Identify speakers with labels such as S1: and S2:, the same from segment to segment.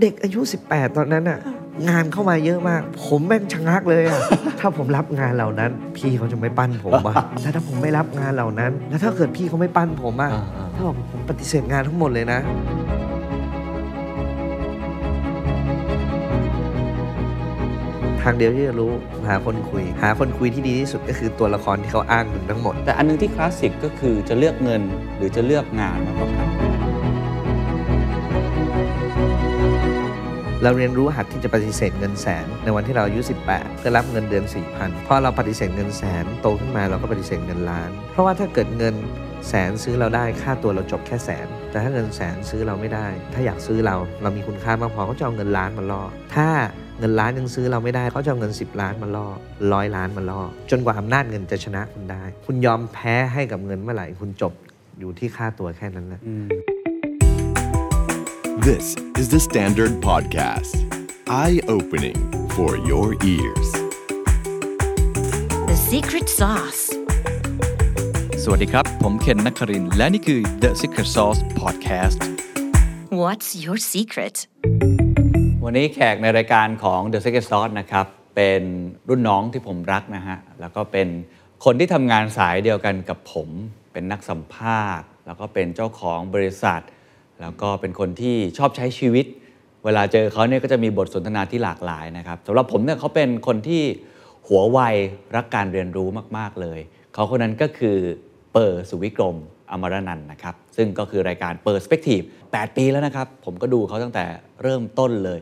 S1: เด็กอายุ 18 ตอนนั้นอ่ะ งานเข้ามาเยอะมาก ผมแม่งชะงักเลยอ่ะ ถ้าผมรับงานเหล่านั้น พี่เขาจะไม่ปั้นผมว่ะแล้วถ้าผมไม่รับงานเหล่านั้น แล้วถ้าเกิดพี่เขาไม่ปั้นผมอ่ะ
S2: อ่าอ่า
S1: ถ้าบอกผมปฏิเสธงานทั้งหมดเลยนะ ทางเดียวที่จะรู้หาคนคุย หาคนคุยที่ดีที่สุดก็คือตัวละครที่เขาอ้างถึงทั้งหมด
S2: แต่อันนึงที่คลาสสิกก็คือจะเลือกเงินหรือจะเลือกงานมากกว่ากัน
S1: เราเรียนรู้หัดที่จะปฏิเสธเงินแสน ในวันที่เราอายุ 18จะรับเงินเดือน 4,000พอเราปฏิเสธเงินแสนโตขึ้นมาเราก็ปฏิเสธเงินล้าน เพราะว่าถ้าเกิดเงินแสนซื้อเราได้ค่าตัวเราจบแค่แสน แต่ถ้าเงินแสนซื้อเราไม่ได้ ถ้าอยากซื้อเราเรามีคุณค่ามากพอเขาจะเอาเงินล้านมาล่อถ้าเงินล้านยังซื้อเราไม่ได้เขาจะเอาเงิน 10 ล้านมาล่อร้อยล้านมาล่อจนกว่าอำนาจเงินจะชนะคุณได้ คุณยอมแพ้ให้กับเงินเมื่อไหร่คุณจบอยู่ที่ค่าตัวแค่นั้นแหละ
S2: อืม
S3: This is the Standard Podcast. Eye opening for your ears.
S4: The secret sauce.
S5: สวัสดีครับ ผมเคนนักครินทร์และนี่คือ The Secret Sauce Podcast
S4: What's your secret?
S2: วันนี้แขกในรายการของ The Secret Sauce นะครับ เป็นรุ่นน้องที่ผมรักนะฮะ แล้วก็เป็นคนที่ทำงานสายเดียวกันกับผม เป็นนักสัมภาษณ์ แล้วก็เป็นเจ้าของบริษัท แล้วก็เป็นคนที่ชอบใช้ชีวิต เวลาเจอเขาเนี่ยก็จะมีบทสนทนาที่หลากหลายนะครับสำหรับผมเนี่ยเขาเป็นคนที่หัวไวรักการเรียนรู้มาก ๆ เลย เขาคนนั้นก็คือเปอร์สุวิกรมอมรนันท์นะครับ ซึ่งก็คือรายการเปอร์สเปกทีฟ8 ปีแล้วนะครับ ผมก็ดูเขาตั้งแต่เริ่มต้นเลย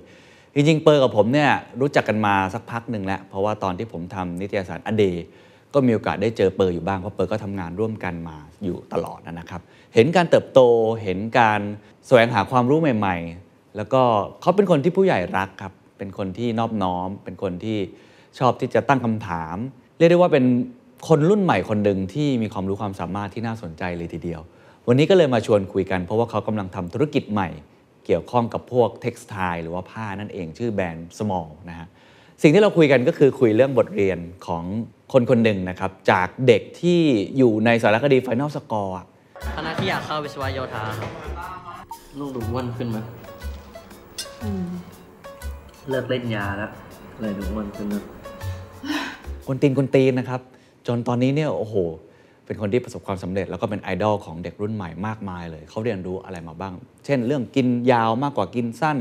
S2: จริง ๆ เปอร์กับผมเนี่ยรู้จักกันมาสักพักหนึ่งแล้ว เพราะว่าตอนที่ผมทำนิตยสารอเด ก็มีโอกาสได้เจอเปอร์อยู่บ้าง เพราะเปอร์ก็ทำงานร่วมกันมาอยู่ตลอดนะครับ เห็นการเติบโตเห็นการแสวงหาความรู้ใหม่ ๆ แล้วก็เขาเป็นคนที่ผู้ใหญ่รักครับ เป็นคนที่นอบน้อม เป็นคนที่ชอบที่จะตั้งคำถาม เรียกได้ว่าเป็นคนรุ่นใหม่คนหนึ่งที่มีความรู้ความสามารถที่น่าสนใจเลยทีเดียว วันนี้ก็เลยมาชวนคุยกัน เพราะว่าเขากำลังทำธุรกิจใหม่ เกี่ยวข้องกับพวกเท็กซ์ไทหรือว่าผ้านั่นเองชื่อแบรนด์ small นะฮะ สิ่งที่เราคุยกันก็คือคุยเรื่องบทเรียนของคนคนหนึ่งนะครับ จากเด็กที่อยู่ในสารคดี Final Score อะ
S6: คณะที่อยากเข้าวิศวโยธาครับ
S7: ลูกดูอ้วนขึ้นไหม
S6: เลิกเล่นยาแล้ว
S7: เลยดูอ้วนขึ้นนะ
S2: คนตีนคนตีนนะครับ จนตอนนี้เนี่ยโอ้โห เป็นคนที่ประสบความสำเร็จ แล้วก็เป็นไอดอลของเด็กรุ่นใหม่มากมายเลย เขาเรียนรู้อะไรมาบ้าง เช่น เรื่องกินยาวมากกว่ากินสั้น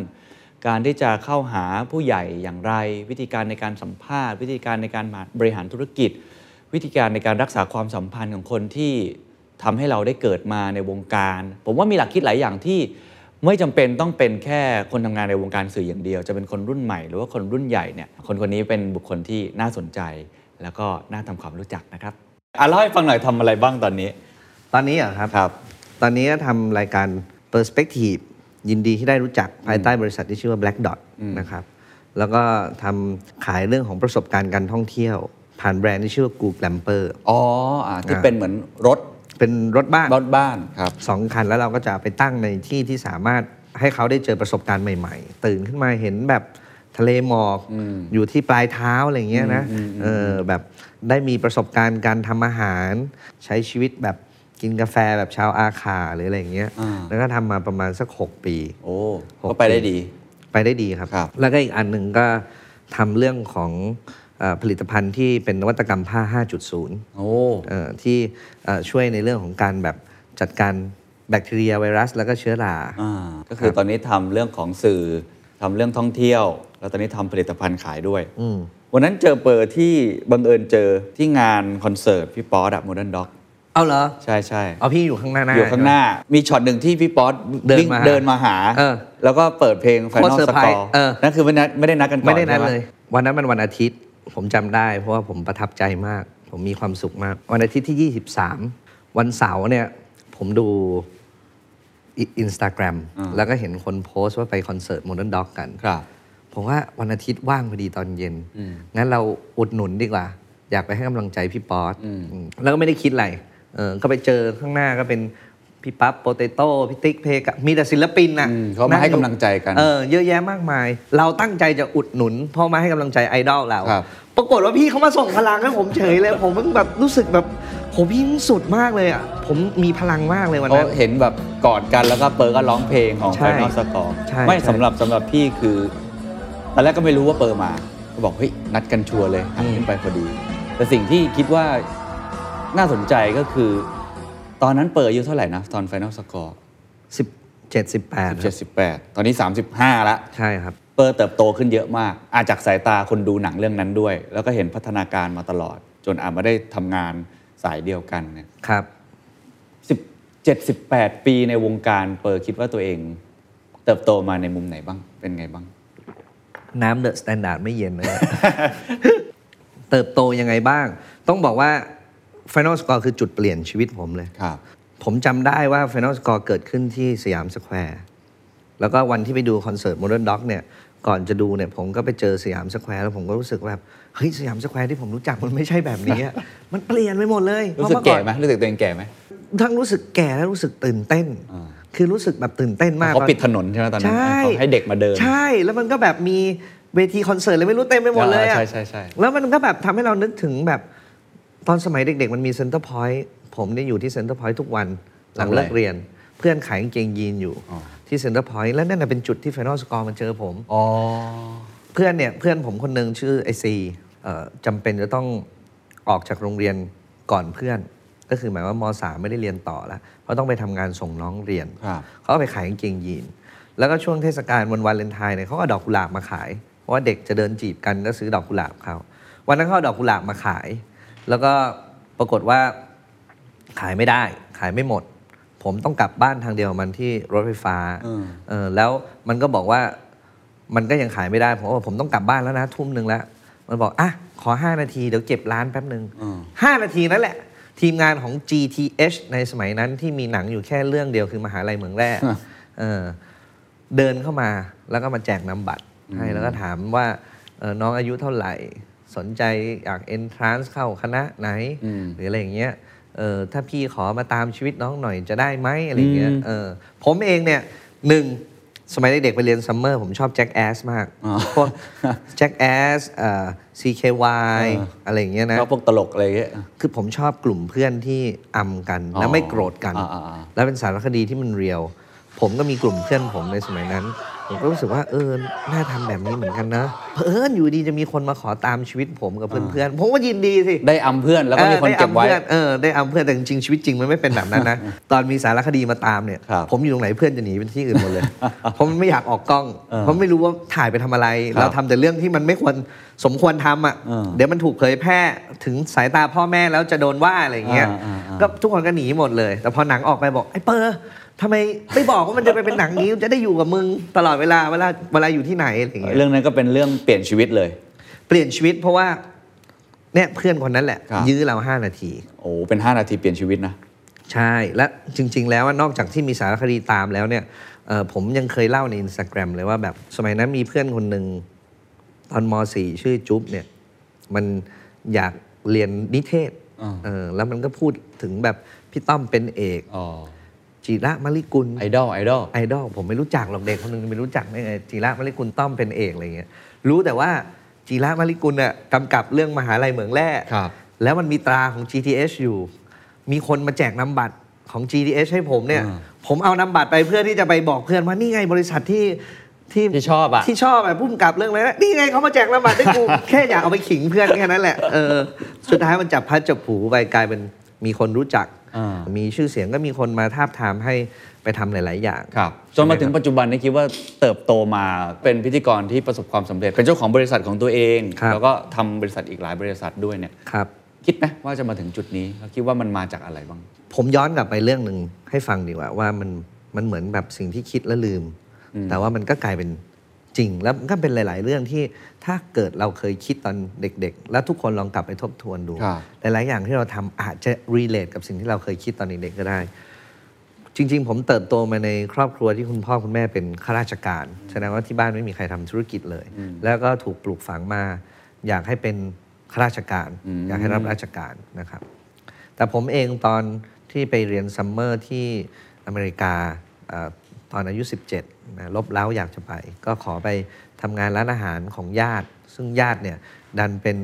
S2: การที่จะเข้าหาผู้ใหญ่อย่างไร วิธีการในการสัมภาษณ์ วิธีการในการบริหารธุรกิจ วิธีการในการรักษาความสัมพันธ์ของคนที่ ทำให้เราได้เกิดมาในวงการ ผมว่ามีหลักคิดหลายอย่างที่ไม่จำเป็นต้องเป็นแค่คนทำงานในวงการสื่ออย่างเดียว จะเป็นคนรุ่นใหม่หรือว่าคนรุ่นใหญ่เนี่ยคนคนนี้เป็นบุคคลที่น่าสนใจ แล้วก็น่าทำความรู้จักนะครับอ่ะเล่าให้ฟังหน่อยทำอะไรบ้างตอนนี้
S1: ตอนนี้เหรอครับ
S2: ครับ
S1: ตอนนี้ก็ทำรายการ Perspective ยินดีที่ได้รู้จักภายใต้บริษัทที่ชื่อว่า Black Dot นะครับ แล้วก็ทำขายเรื่องของประสบการณ์การท่องเที่ยว ผ่านแบรนด์ที่ชื่อว่า Google Glamper
S2: อ๋ออ่ะที่เป็นเหมือนรถ
S1: เป็นรถบ้าน
S2: รถบ้านครับ
S1: สองคันแล้วเราก็จะเอาไปตั้งในที่ที่สามารถให้เขาได้เจอประสบการณ์ใหม่ๆ ตื่นขึ้นมาเห็นแบบทะเลหมอกอยู่ที่ปลายเท้าอะไรอย่างเงี้ยนะเออแบบได้มีประสบการณ์การทำอาหาร ใช้ชีวิตแบบกินกาแฟแบบชาวอาขาหรืออะไรอย่างเงี้ย
S2: อ่า
S1: แล้วก็ทำมาประมาณสัก 6 ปี
S2: โอ้ก็ไปได้ดี
S1: ไปได้ดีครับ
S2: ครับ
S1: แล้วก็อีกอันหนึ่งก็ทำเรื่องของเออผลิตภัณฑ์ที่เป็นนวัตกรรมผ้า 5.0
S2: โอ้
S1: เอ่อที่เอ่อช่วยในเรื่องของการแบบจัดการแบคทีเรียไวรัส แล้วก็เชื้อรา
S2: อ่าก็คือตอนนี้ทำเรื่องของสื่อทำเรื่องท่องเที่ยว แล้วตอนนี้ทำผลิตภัณฑ์ขายด้วย
S1: อืม
S2: วันนั้นเจอเปอร์ที่บังเอิญเจอที่งานคอนเสิร์ตพี่ป๊อตอะโมเดิร์นด็อก
S1: เอาเหรอ
S2: ใช่ใช่
S1: เอาพี่อยู่ข้างหน้าหน้า
S2: อยู่ข้างหน้า มีช็อตหนึ่งที่พี่ป๊อต
S1: เดิน
S2: วิ่ง
S1: มาหา
S2: เดินมาหา
S1: เออ
S2: แล้วก็เปิดเพลง
S1: โคตร
S2: Final
S1: เซอร์ไพร
S2: Score
S1: ส์เออ
S2: นั่นคือไม่ได้ไม่ได้นัดกันก่อน
S1: ไม่ได้นัด
S2: ใช่ห
S1: เลย วันนั้นมันวันอาทิตย์ ผมจำได้ เพราะว่าผมประทับใจมาก ผมมีความสุขมาก วันอาทิตย์ที่ 23 วันเสาร์เนี่ย ผมดูอินสตาแกรมแล้วก็เห็นคนโพสต์ว่าไปคอนเสิร์ตโมเดิร์นด็อกกัน
S2: ครับ
S1: ผมว่าวันอาทิตย์ว่างพอดีตอนเย็น งั้นเราอุดหนุนดีกว่า อยากไปให้กำลังใจพี่ป๊อตอืมแล้วก็ไม่ได้คิดอะไร เออ ก็ไปเจอข้างหน้าก็เป็นพี่ปั๊บโปเตโต้พี่ติ๊กเพกะมีแต่ศิลปินนะ
S2: อืมเขามาให้กำลังใจกัน
S1: เออ เยอะแยะมากมาย เราตั้งใจจะอุดหนุนเพราะมาให้กำลังใจไอดอลเรา
S2: ครับ
S1: ปรากฏว่าพี่เขามาส่งพลังให้ผมเฉยเลย ผมเพิ่งแบบรู้สึกแบบ ผมยิ่งสุดมากเลยอ่ะ ผมมีพลังมากเลยวัน
S2: เขา
S1: นั้น
S2: เห็นแบบกอดกันแล้วก็เปิร์ก็ร้องเพลงของ
S1: ใช่
S2: ไฟนอลสตอร์
S1: ใช่
S2: ไม่
S1: ใช่
S2: สำหรับสำหรับพี่คือตอนแรกก็ไม่รู้ว่าเปิร์มา ก็บอกเฮ้ยนัดกันชัวร์เลยหันขึ้นไปพอดี แต่สิ่งที่คิดว่าน่าสนใจก็คือ ตอนนั้นเปิร์อายุเท่าไหร่นะ ตอนไฟนอลสกอร์
S1: สิบเจ็ดสิบแปด
S2: เจ็ดสิบแปดตอนนี้ 35ละ
S1: ใช่ครับ
S2: เปอร์เติบโตขึ้นเยอะมาก อาจจากสายตาคนดูหนังเรื่องนั้นด้วย แล้วก็เห็นพัฒนาการมาตลอด จนอาจมาได้ทำงานสายเดียวกันเนี่ย
S1: ครับ
S2: สิบเจ็ดสิบแปดปีในวงการเปอร์คิดว่าตัวเอง เติบโตมาในมุมไหนบ้าง เป็นไงบ้าง
S1: น้ำเดอะสแตนดาร์ดไม่เย็ นนะ เติบโตยังไงบ้าง ต้องบอกว่า Final Score คือจุดเปลี่ยนชีวิตผมเลย
S2: ครับ
S1: ผมจำได้ว่า Final Score เกิดขึ้นที่สยามสแควร์แล้วก็วันที่ไปดูคอนเสิร์ต Modern Dog เนี่ย ก่อนจะดูเนี่ย ผมก็ไปเจอสยามสแควร์แล้วผมก็รู้สึกแบบเฮ้ยสยามสแควร์ที่ผมรู้จักมันไม่ใช่แบบนี้อะ มันเปลี่ยนไปหมดเลย
S2: รู้สึก
S1: พาะ
S2: แก่
S1: เอ
S2: ไหมรู้สึกตัวเองแก่ไหม
S1: ทั้งรู้สึกแก่และรู้สึกตื่นเต้น
S2: อ่า
S1: คือรู้สึกแบบตื่นเต้นมาก
S2: เขา
S1: ตอน
S2: ปิดถนนใช่ไหมตอนนั้น
S1: ใช่
S2: เขาให้เด็กมาเดิน
S1: ใช่แล้วมันก็แบบมีเวทีคอนเสิร์ตเลยไม่รู้เต็มไปหมดเลยอะ
S2: ใช่ใช่ใช่
S1: แล้วมันก็แบบทำให้เรานึกถึงแบบตอนสมัยเด็กๆ มันมีเซ็นเตอร์พอยต์ผมเนี่ยอยู่ที่เซ็นเตอร์พอยต์ทุกวันหลังเลิกเรียน เพื่อนขายกางเกงยีนอยู่ที่เซ็นเตอร์พอยต์แล้วนั่นนะเป็นจุดที่ Final Score มันเจอผม
S2: อ๋อ
S1: เพื่อนเนี่ยเพื่อนผมคนหนึ่งชื่อไอซีเอ่อจำเป็นจะต้องออกจากโรงเรียนก่อนเพื่อน ก็คือหมายว่ามสามไม่ได้เรียนต่อแล้วเพราะต้องไปทำงานส่งน้องเรียน
S2: ครับ
S1: เขาก็ไปขายกางเกงยีน แล้วก็ช่วงเทศกาลวันวาเลนไทน์เนี่ยเขาก็เอาดอกกุหลาบมาขาย เพราะว่าเด็กจะเดินจีบกันก็ซื้อดอกกุหลาบเขาวันนั้นเขาเอาดอกกุหลาบมาขาย แล้วก็ปรากฏว่า ขายไม่ได้ ขายไม่หมด ผมต้องกลับบ้านทางเดียวกับมันที่รถไฟฟ้า
S2: อืม
S1: เออแล้วมันก็บอกว่ามันก็ยังขายไม่ได้ ผมก็บอกผมต้องกลับบ้านแล้วนะทุ่มหนึ่งแล้ว มันบอกอ่ะขอ 5 นาทีเดี๋ยวเก็บร้านแป๊บหนึ่งห้านาทีนั่นแหละ ทีมงานของ GTH ในสมัยนั้นที่มีหนังอยู่แค่เรื่องเดียวคือมหาลัยเมืองแร่เออ เดินเข้ามาแล้วก็มาแจกนำบัตรให้แล้วก็ถามว่าเอ่อน้องอายุเท่าไหร่ สนใจอยาก entrance เข้าคณะไหน หรืออะไรอย่างเงี้ยเออถ้าพี่ขอมาตามชีวิตน้องหน่อยจะได้ไหมอะไรอย่างเงี้ยเออผมเองเนี่ยหนึ่งสมัยเด็กๆไปเรียนซัมเมอร์ผมชอบแจ็คแอสมากพวกแจ็คแอสเอ่อ CKY อะไรอย่างเงี้ยนะ
S2: ชอบพวกตลกอะไรอย่างเงี้ย
S1: คือผมชอบกลุ่มเพื่อนที่อำกัน
S2: อ๋อ
S1: และไม่โกรธกัน
S2: อ่าอ่าอ่า
S1: แล้วเป็นสารคดีที่มันเรียว ผมก็มีกลุ่มเพื่อนผมในสมัยนั้น ผมก็รู้สึกว่าเออน่าทำแบบนี้เหมือนกันนะเพื่อนอยู่ดีจะมีคนมาขอตามชีวิตผมกับเพื่อนๆผมก็ยินดีสิ
S2: ได้อำเพื่อนแล้วก็มีค
S1: ออ
S2: น
S1: ได้
S2: เก็บ
S1: อำ
S2: ไว้
S1: พื่อนเออได้อำเพื่อนแต่จริงๆชีวิตจริงมันไม่เป็นแบบนั้นนะ ตอนมีสารคดีมาตามเนี่ย
S2: ครับ
S1: ผมอยู่ตรงไหนเพื่อนจะหนีเป็นที่อื่นหมดเลย เพราะมันไม่อยากออกกล้อง เพราะไม่รู้ว่าถ่ายไปทำอะไร
S2: ครับ
S1: เราทำแต่เรื่องที่มันไม่ควรสมควรทำอ่ะ
S2: เออ
S1: เดี๋ยวมันถูกเผยแพร่ถึงสายตาพ่อแม่แล้วจะโดนว่าอะไรอย่างเงี้ย
S2: อ่าอ่าอ่า
S1: ก็ทุกคนก็หนีหมดเลย แต่พอหนังออกไปบอกไอ้เปอร์ทำไมไม่บอกว่ามันจะไปเป็นหนังนี้จะได้อยู่กับมึงตลอดเวลาเวลาเวลาอยู่ที่ไหนอะไรอย่างเงี้ย
S2: เรื่องนั้นก็เป็นเรื่องเปลี่ยนชีวิตเลย
S1: เปลี่ยนชีวิตเพราะว่าเนี่ยเพื่อนคนนั้นแหละ
S2: ครับ
S1: ยื้อเราห้านาที
S2: โอ้เป็น 5 นาทีเปลี่ยนชีวิตนะ
S1: ใช่ และจริง ๆ แล้วอะนอกจากที่มีสารคดีตามแล้วเนี่ยเอ่อผมยังเคยเล่าใน Instagram เลยว่าแบบสมัยนั้นมีเพื่อนคนหนึ่งตอนม .4 ชื่อจุ๊บเนี่ยมันอยากเรียนนิเทศ
S2: อ่า
S1: เออแล้วมันก็พูดถึงแบบพี่ต้อมเป็นเอก
S2: อ๋อ
S1: จิระมะลิกุล
S2: ไอดอลไอดอล
S1: ไอดอลผมไม่รู้จักหรอกเด็กคนหนึงไม่รู้จักได้ไงจีระมาริกุลต้อมเป็นเอกอะไรเงี้ยรู้แต่ว่าจีระมาริกุลน่ะกำกับเรื่องมหาลัยเหมืองแร่
S2: ครับ
S1: แล้วมันมีตราของ GTH อยู่ มีคนมาแจกนำบัตรของ GTH ให้ผมเนี่ย
S2: อ่า
S1: ผมเอานำบัตรไปเพื่อที่จะไปบอกเพื่อนว่านี่ไงบริษัทที่ที่
S2: ที่ชอบอะ
S1: ที่ชอบอะพุ่มกับเรื่องอะไรนะนี่ไงเขามาแจกนำบัตรให้ กู แค่อยากเอาไปขิงเพื่อนแค่นั้นแหละเออสุดท้ายมันจับพัดจับผูไปกลายเป็นมีคนรู้จัก
S2: อ่า
S1: มีชื่อเสียงก็มีคนมาทาบทามให้ไปทำหลาย ๆ อย่าง
S2: ครับจนมาถึงปัจจุบันนี้คิดว่าเติบโตมาเป็นพิธีกรที่ประสบความสำเร็จ เป็นเจ้าของบริษัทของตัวเอง
S1: ครับ
S2: แล้วก็ทำบริษัทอีกหลายบริษัทด้วยเนี่ย
S1: ครับ
S2: คิดไหมว่าจะมาถึงจุดนี้แล้วคิดว่ามันมาจากอะไรบ้าง
S1: ผมย้อนกลับไปเรื่องหนึ่งให้ฟังดีกว่า ว่ามันมันเหมือนแบบสิ่งที่คิดแล้วลืม แต่ว่ามันก็กลายเป็นจริง แล้วมันก็เป็นหลาย ๆ เรื่องที่ถ้าเกิดเราเคยคิดตอนเด็ก ๆ แล้วทุกคนลองกลับไปทบทวนดู
S2: ครับ
S1: หลาย ๆ อย่างที่เราทำอาจจะ relate กับสิ่งที่เราเคยคิดตอนเด็ก ๆ ก็ได้ จริง ๆ ผมเติบโตมาในครอบครัวที่คุณพ่อคุณแม่เป็นข้าราชการแสดงว่าที่บ้านไม่มีใครทำธุรกิจเลย แล้วก็ถูกปลูกฝังมา อยากให้เป็นข้าราชการ อยากให้รับราชการนะครับ แต่ผมเองตอนที่ไปเรียนซัมเมอร์ที่อเมริกาเอ่อตอนอายุ 17นะลบเล้าอยากจะไป ก็ขอไปทำงานร้านอาหารของญาติ ซึ่งญาติเนี่ยดันเป็น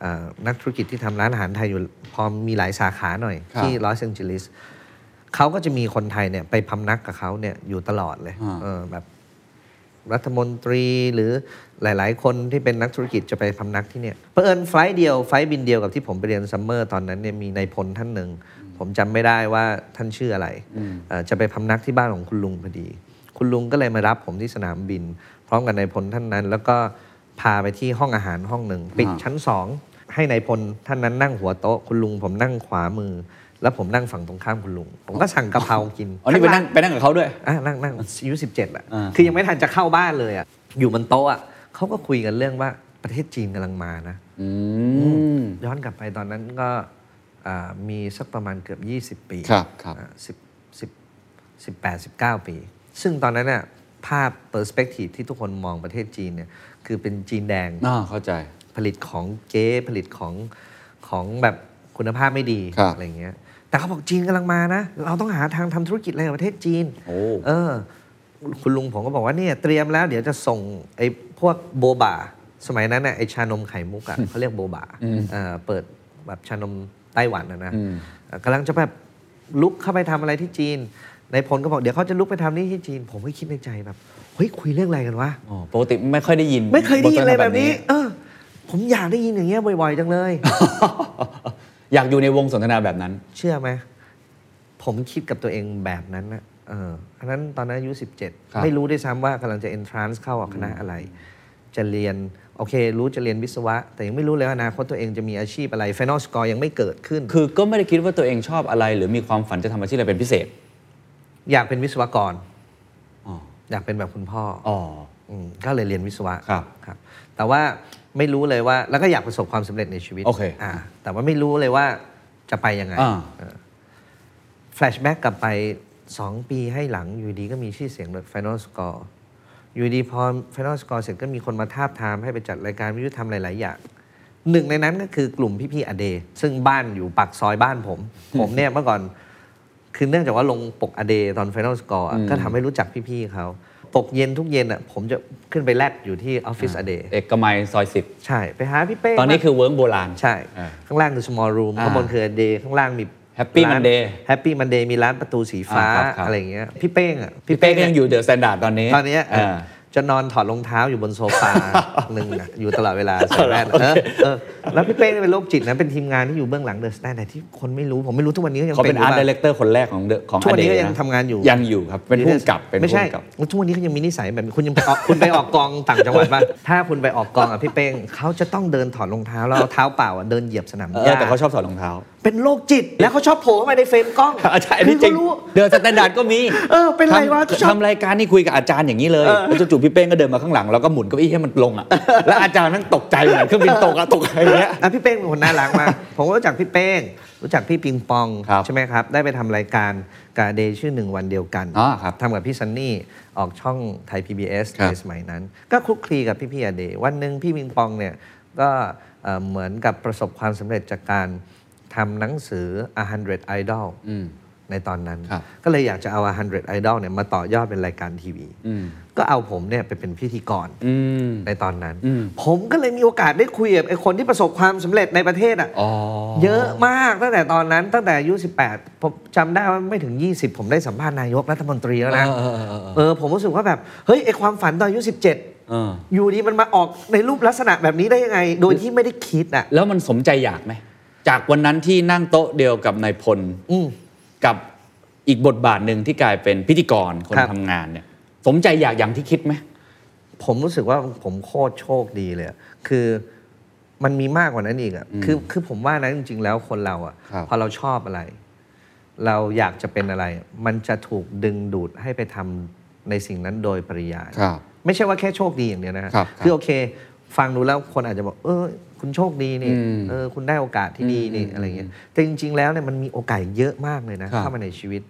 S1: เอ่อนักธุรกิจที่ทำร้านอาหารไทยอยู่พอมีหลายสาขาหน่อย
S2: ครับ
S1: ที่ลอสแองเจลิสเขาก็จะมีคนไทยเนี่ยไปพำนักกับเขาเนี่ยอยู่ตลอดเลย
S2: อ่า
S1: เออแบบ รัฐมนตรีหรือหลาย ๆ คนที่เป็นนักธุรกิจจะไปพำนักที่เนี่ยเผอิญไฟลท์เดียวไฟลท์บินเดียวกับที่ผมไปเรียนซัมเมอร์ตอนนั้นเนี่ยมีนายพลท่านหนึ่ง ผมจำไม่ได้ว่าท่านชื่ออะไรเอ่อจะไปพำนักที่บ้านของคุณลุงพอดี คุณลุงก็เลยมารับผมที่สนามบิน พร้อมกับนายพลท่านนั้น แล้วก็พาไปที่ห้องอาหารห้องหนึ่งปิดชั้นสองให้นายพลท่านนั้นนั่งหัวโต๊ะ คุณลุงผมนั่งขวามือ แล้วผมนั่งฝั่งตรงข้ามคุณลุงผมก็สั่งกะเพรากิน
S2: อ๋อนี่ไปนั่งไปนั่งกับเขาด้วย
S1: อ่ะนั่งนั่งอายุสิบเจ็ดอ่ะ
S2: อ่า
S1: คือยังไม่ทันจะเข้าบ้านเลยอ่ะ อยู่บนโต๊ะอ่ะเขาก็คุยกันเรื่องว่าประเทศจีนกำลังมานะ
S2: อืม
S1: ย้อนกลับไปตอนนั้นก็อ่ามีสักประมาณเกือบ 20 ปี
S2: ครับครับ
S1: สิบสิบสิบแปดสิบเก้าปี ซึ่งตอนนั้นน่ะภาพเปอร์สเปกทีฟที่ทุกคนมองประเทศจีนเนี่ยคือเป็นจีนแดง
S2: ่าเข้าใจ
S1: ผลิตของเก๊ผลิตของของแบบคุณภาพไม่ดี
S2: ครับ
S1: อะไรเงี้ย แต่เขาบอกจีนกำลังมานะ เราต้องหาทางทำธุรกิจอะไรกับประเทศจีน
S2: โอ้
S1: เออ คุณลุงผมก็บอกว่าเนี่ยเตรียมแล้ว เดี๋ยวจะส่งไอ้พวกโบบา สมัยนั้นน่ะไอ้ชานมไข่มุกอะ่ะ เขาเรียกโบบาเออเปิดแบบชานมไต้หวันนะนะเอ่อกำลังจะแบบลุกเข้าไปทำอะไรที่จีนนายพลก็บอกเดี๋ยวเขาจะลุกไปทำนี่ที่จีน ผมก็คิดในใจแบบเฮ้ยคุยเรื่องอะไรกันวะ
S2: อ๋อปกติไม่ค่อยได้ยิน
S1: ไม่เคยได้ยินเลยแบบนี้
S2: ทสท
S1: เออ ผมอยากได้ยินอย่างเงี้ยบ่อยๆจังเลย
S2: อยากอยู่ในวงสนทนาแบบนั้น
S1: เชื่อไหม ผมคิดกับตัวเองแบบนั้นนะเอออันนั้นตอนนั้นอายุ
S2: ครับ
S1: 17 ไม่รู้ด้วยซ้ำว่ากำลังจะ entrance เข้าคณะอะไร จะเรียน โอเค รู้จะเรียนวิศวะ แต่ยังไม่รู้เลยว่าอนาคตตัวเองจะมีอาชีพอะไร final score ยังไม่เกิดขึ้น
S2: คือก็ไม่ได้คิดว่าตัวเองชอบอะไร หรือมีความฝันจะทำอาชีพอะไรเป็นพิเศษ
S1: อยากเป็นวิศวกร
S2: อ๋อ
S1: อยากเป็นแบบคุณพ่ออ
S2: อ๋อ
S1: มก็เลยเรียนวิศวะ
S2: ครับ
S1: ครับ แต่ว่าไม่รู้เลยว่า แล้วก็อยากประสบความสำเร็จในชีวิต
S2: โอเค
S1: อ่าแต่ว่าไม่รู้เลยว่าจะไปยังไง
S2: อ่า
S1: แฟลชแบ็กกลับไป 2 ปีให้หลัง อยู่ดีก็มีชื่อเสียงแบบ Final Score อยู่ดีพอ Final Score เสร็จก็มีคนมาทาบทามให้ไปจัดรายการวิทยุทำหลาย ๆ อย่าง หนึ่งในนั้นก็คือกลุ่มพี่ๆอเดย์ซึ่งบ้านอยู่ปากซอยบ้านผม ผมเนี่ยเมื่อก่อน คือเนื่องจากว่าลงปกอเดย์ตอน Final Score อะก็ทำให้รู้จักพี่ๆเขา ตกเย็นทุกเย็นอ่ะผมจะขึ้นไปแลกอยู่ที่ออฟฟิศอเดย์
S2: เอกมัยซอยสิบ
S1: ใช่ไปหาพี่เป้
S2: ตอนนี้คือเวิร์กโบราณ
S1: ใช่
S2: อ่า
S1: ข้างล่างคือ small room
S2: อ่า
S1: ข้างบนคือ day ข้างล่างมี
S2: Happy Monday
S1: แฮปปี้มันเดย์มีร้านประตูสีฟ้า
S2: อ่าครับครับ
S1: อะไรอย่างเงี้ยพี่เป้งอ่ะ
S2: พี่เป้ก็ยังอยู่เดอะสแตนดาร์ดตอนนี้
S1: ตอนเนี้ยเออ
S2: อ่า
S1: จะนอนถอดรองเท้าอยู่บนโซ ฟา หนึ่งอะอยู่ตลอดเวลาใส่แว่นเออเออแล้วพี่เป้งเป็นโรคจิตนะเป็นทีมงานที่อยู่เบื้องหลังเดอะสแตนดที่คนไม่รู้ผมไม่รู้ทุกวันนี้ก็ยัง
S2: เขาเป็นอาร์ต
S1: ยู่
S2: ดี
S1: ปะ
S2: เลกเตอร์คนแรกของ The- ของ
S1: ทุกวันนี้
S2: อเด
S1: ก็ยังทำงานอยู่
S2: ยังอยู่ครับ เป็นผู้กำกับเป็น
S1: ไม่
S2: ผู้
S1: ใช่
S2: กำกับ
S1: ทุกวันนี้เขายังมีนิสัยแบบนี้คุณยังไปออก คุณไปออกกองต่างจังหวัดป่ะถ้าคุณไปออกกองอ่ะพี่เป้งเขาจะต้องเดินถอดรองเท้าแล้วเอาเท้าเปล่าอ่ะเดินเหยียบสนามห
S2: เอ
S1: ญ้า
S2: อแต่เขาชอบถอดรองเท้า
S1: เป็นโรคจิต แล้วเขาชอบโผล่เข้ามาในเฟรมกล้อง
S2: อาจารย์อันนี้จริง
S1: คือเขา
S2: เดอะสแตนดาร์ดก็มี
S1: เออเป็นไรวะ
S2: ทำ
S1: ชอบ
S2: ทำรายการนี่คุยกับอาจารย์อย่างนี้เลยแล้วจู่ๆพี่เป้งก็เดินมาข้างหลังแล้วก็หมุนเก้าอี้ให้มันลงอ่ะ แล้วอาจารย์นั่งตกใจเหมือนเครื่องบินตกอะตกอะไรเงี้ย
S1: อ่ะพี่เป้งเป็นคนน่ารักมาก ผมก็รู้จักพี่เป้ง รู้จักพี่ปิงปอง
S2: ครับ
S1: ใช่ไหมครับ ได้ไปทำรายการกาเดชื่อหนึ่งวันเดียวกัน
S2: อ๋อครับ
S1: ทำกับพี่ซันนี่ ออกช่องไทย PBS
S2: ครับ
S1: ในสมัยนั้น ก็คลุกคลีกับพี่พี่อเดวันหนึ่งพี่ปิงปองเนี่ยก็เอ่อเหมือนกับประสบความสำเร็จจากการทำหนังสือ 100 Idol ในตอนนั้น
S2: ครับ
S1: ก็เลยอยากจะเอา 100 Idol เนี่ยมาต่อยอดเป็นรายการทีวี ก็เอาผมเนี่ยไปเป็นพิธีกร
S2: อืม
S1: ในตอนนั้น
S2: อืม
S1: ผมก็เลยมีโอกาสได้คุยกับไอ้คนที่ประสบความสำเร็จในประเทศอ่ะ
S2: อ๋อ
S1: เยอะมากตั้งแต่ตอนนั้นตั้งแต่อายุ18 ผมจำได้ว่าไม่ถึง 20 ผมได้สัมภาษณ์นายกรัฐมนตรีแล้วนะ
S2: เออเออเออเออ
S1: เออผมรู้สึกว่าแบบ เฮ้ยไอ้ความฝันตอนอายุ 17
S2: เออ
S1: อยู่ดีมันมาออกในรูปลักษณะแบบนี้ได้ยังไง โดยที่ไม่ได้คิดอ่ะ
S2: แล้วมันสมใจอยากไหมจากวันนั้นที่นั่งโต๊ะเดียวกับนายพล
S1: อืม
S2: กับอีกบทบาทหนึ่งที่กลายเป็นพิธีกรคน
S1: ครับ
S2: ทำงานเนี่ย สมใจอยากอย่างที่คิดไหม
S1: ผมรู้สึกว่าผมโคตรโชคดีเลยอะคือมันมีมากกว่านั้นอีกอ่ะ คือคือผมว่านะจริง ๆ แล้วคนเราอ่ะ
S2: ครับ
S1: พอเราชอบอะไร เราอยากจะเป็นอะไร มันจะถูกดึงดูดให้ไปทำในสิ่งนั้นโดยปริยาย
S2: ครับ
S1: ไม่ใช่ว่าแค่โชคดีอย่างเดียวนะฮะ
S2: ครับ
S1: คือโอเค ฟังดูแล้วคนอาจจะบอก เออ คุณโชคดีนี่
S2: อืม
S1: เออคุณได้โอกาสที่ดีนี่อะไรเงี้ยแต่จริง ๆ แล้วเนี่ยมันมีโอกาสเยอะมากเลยนะครับ เข้ามาในชีวิต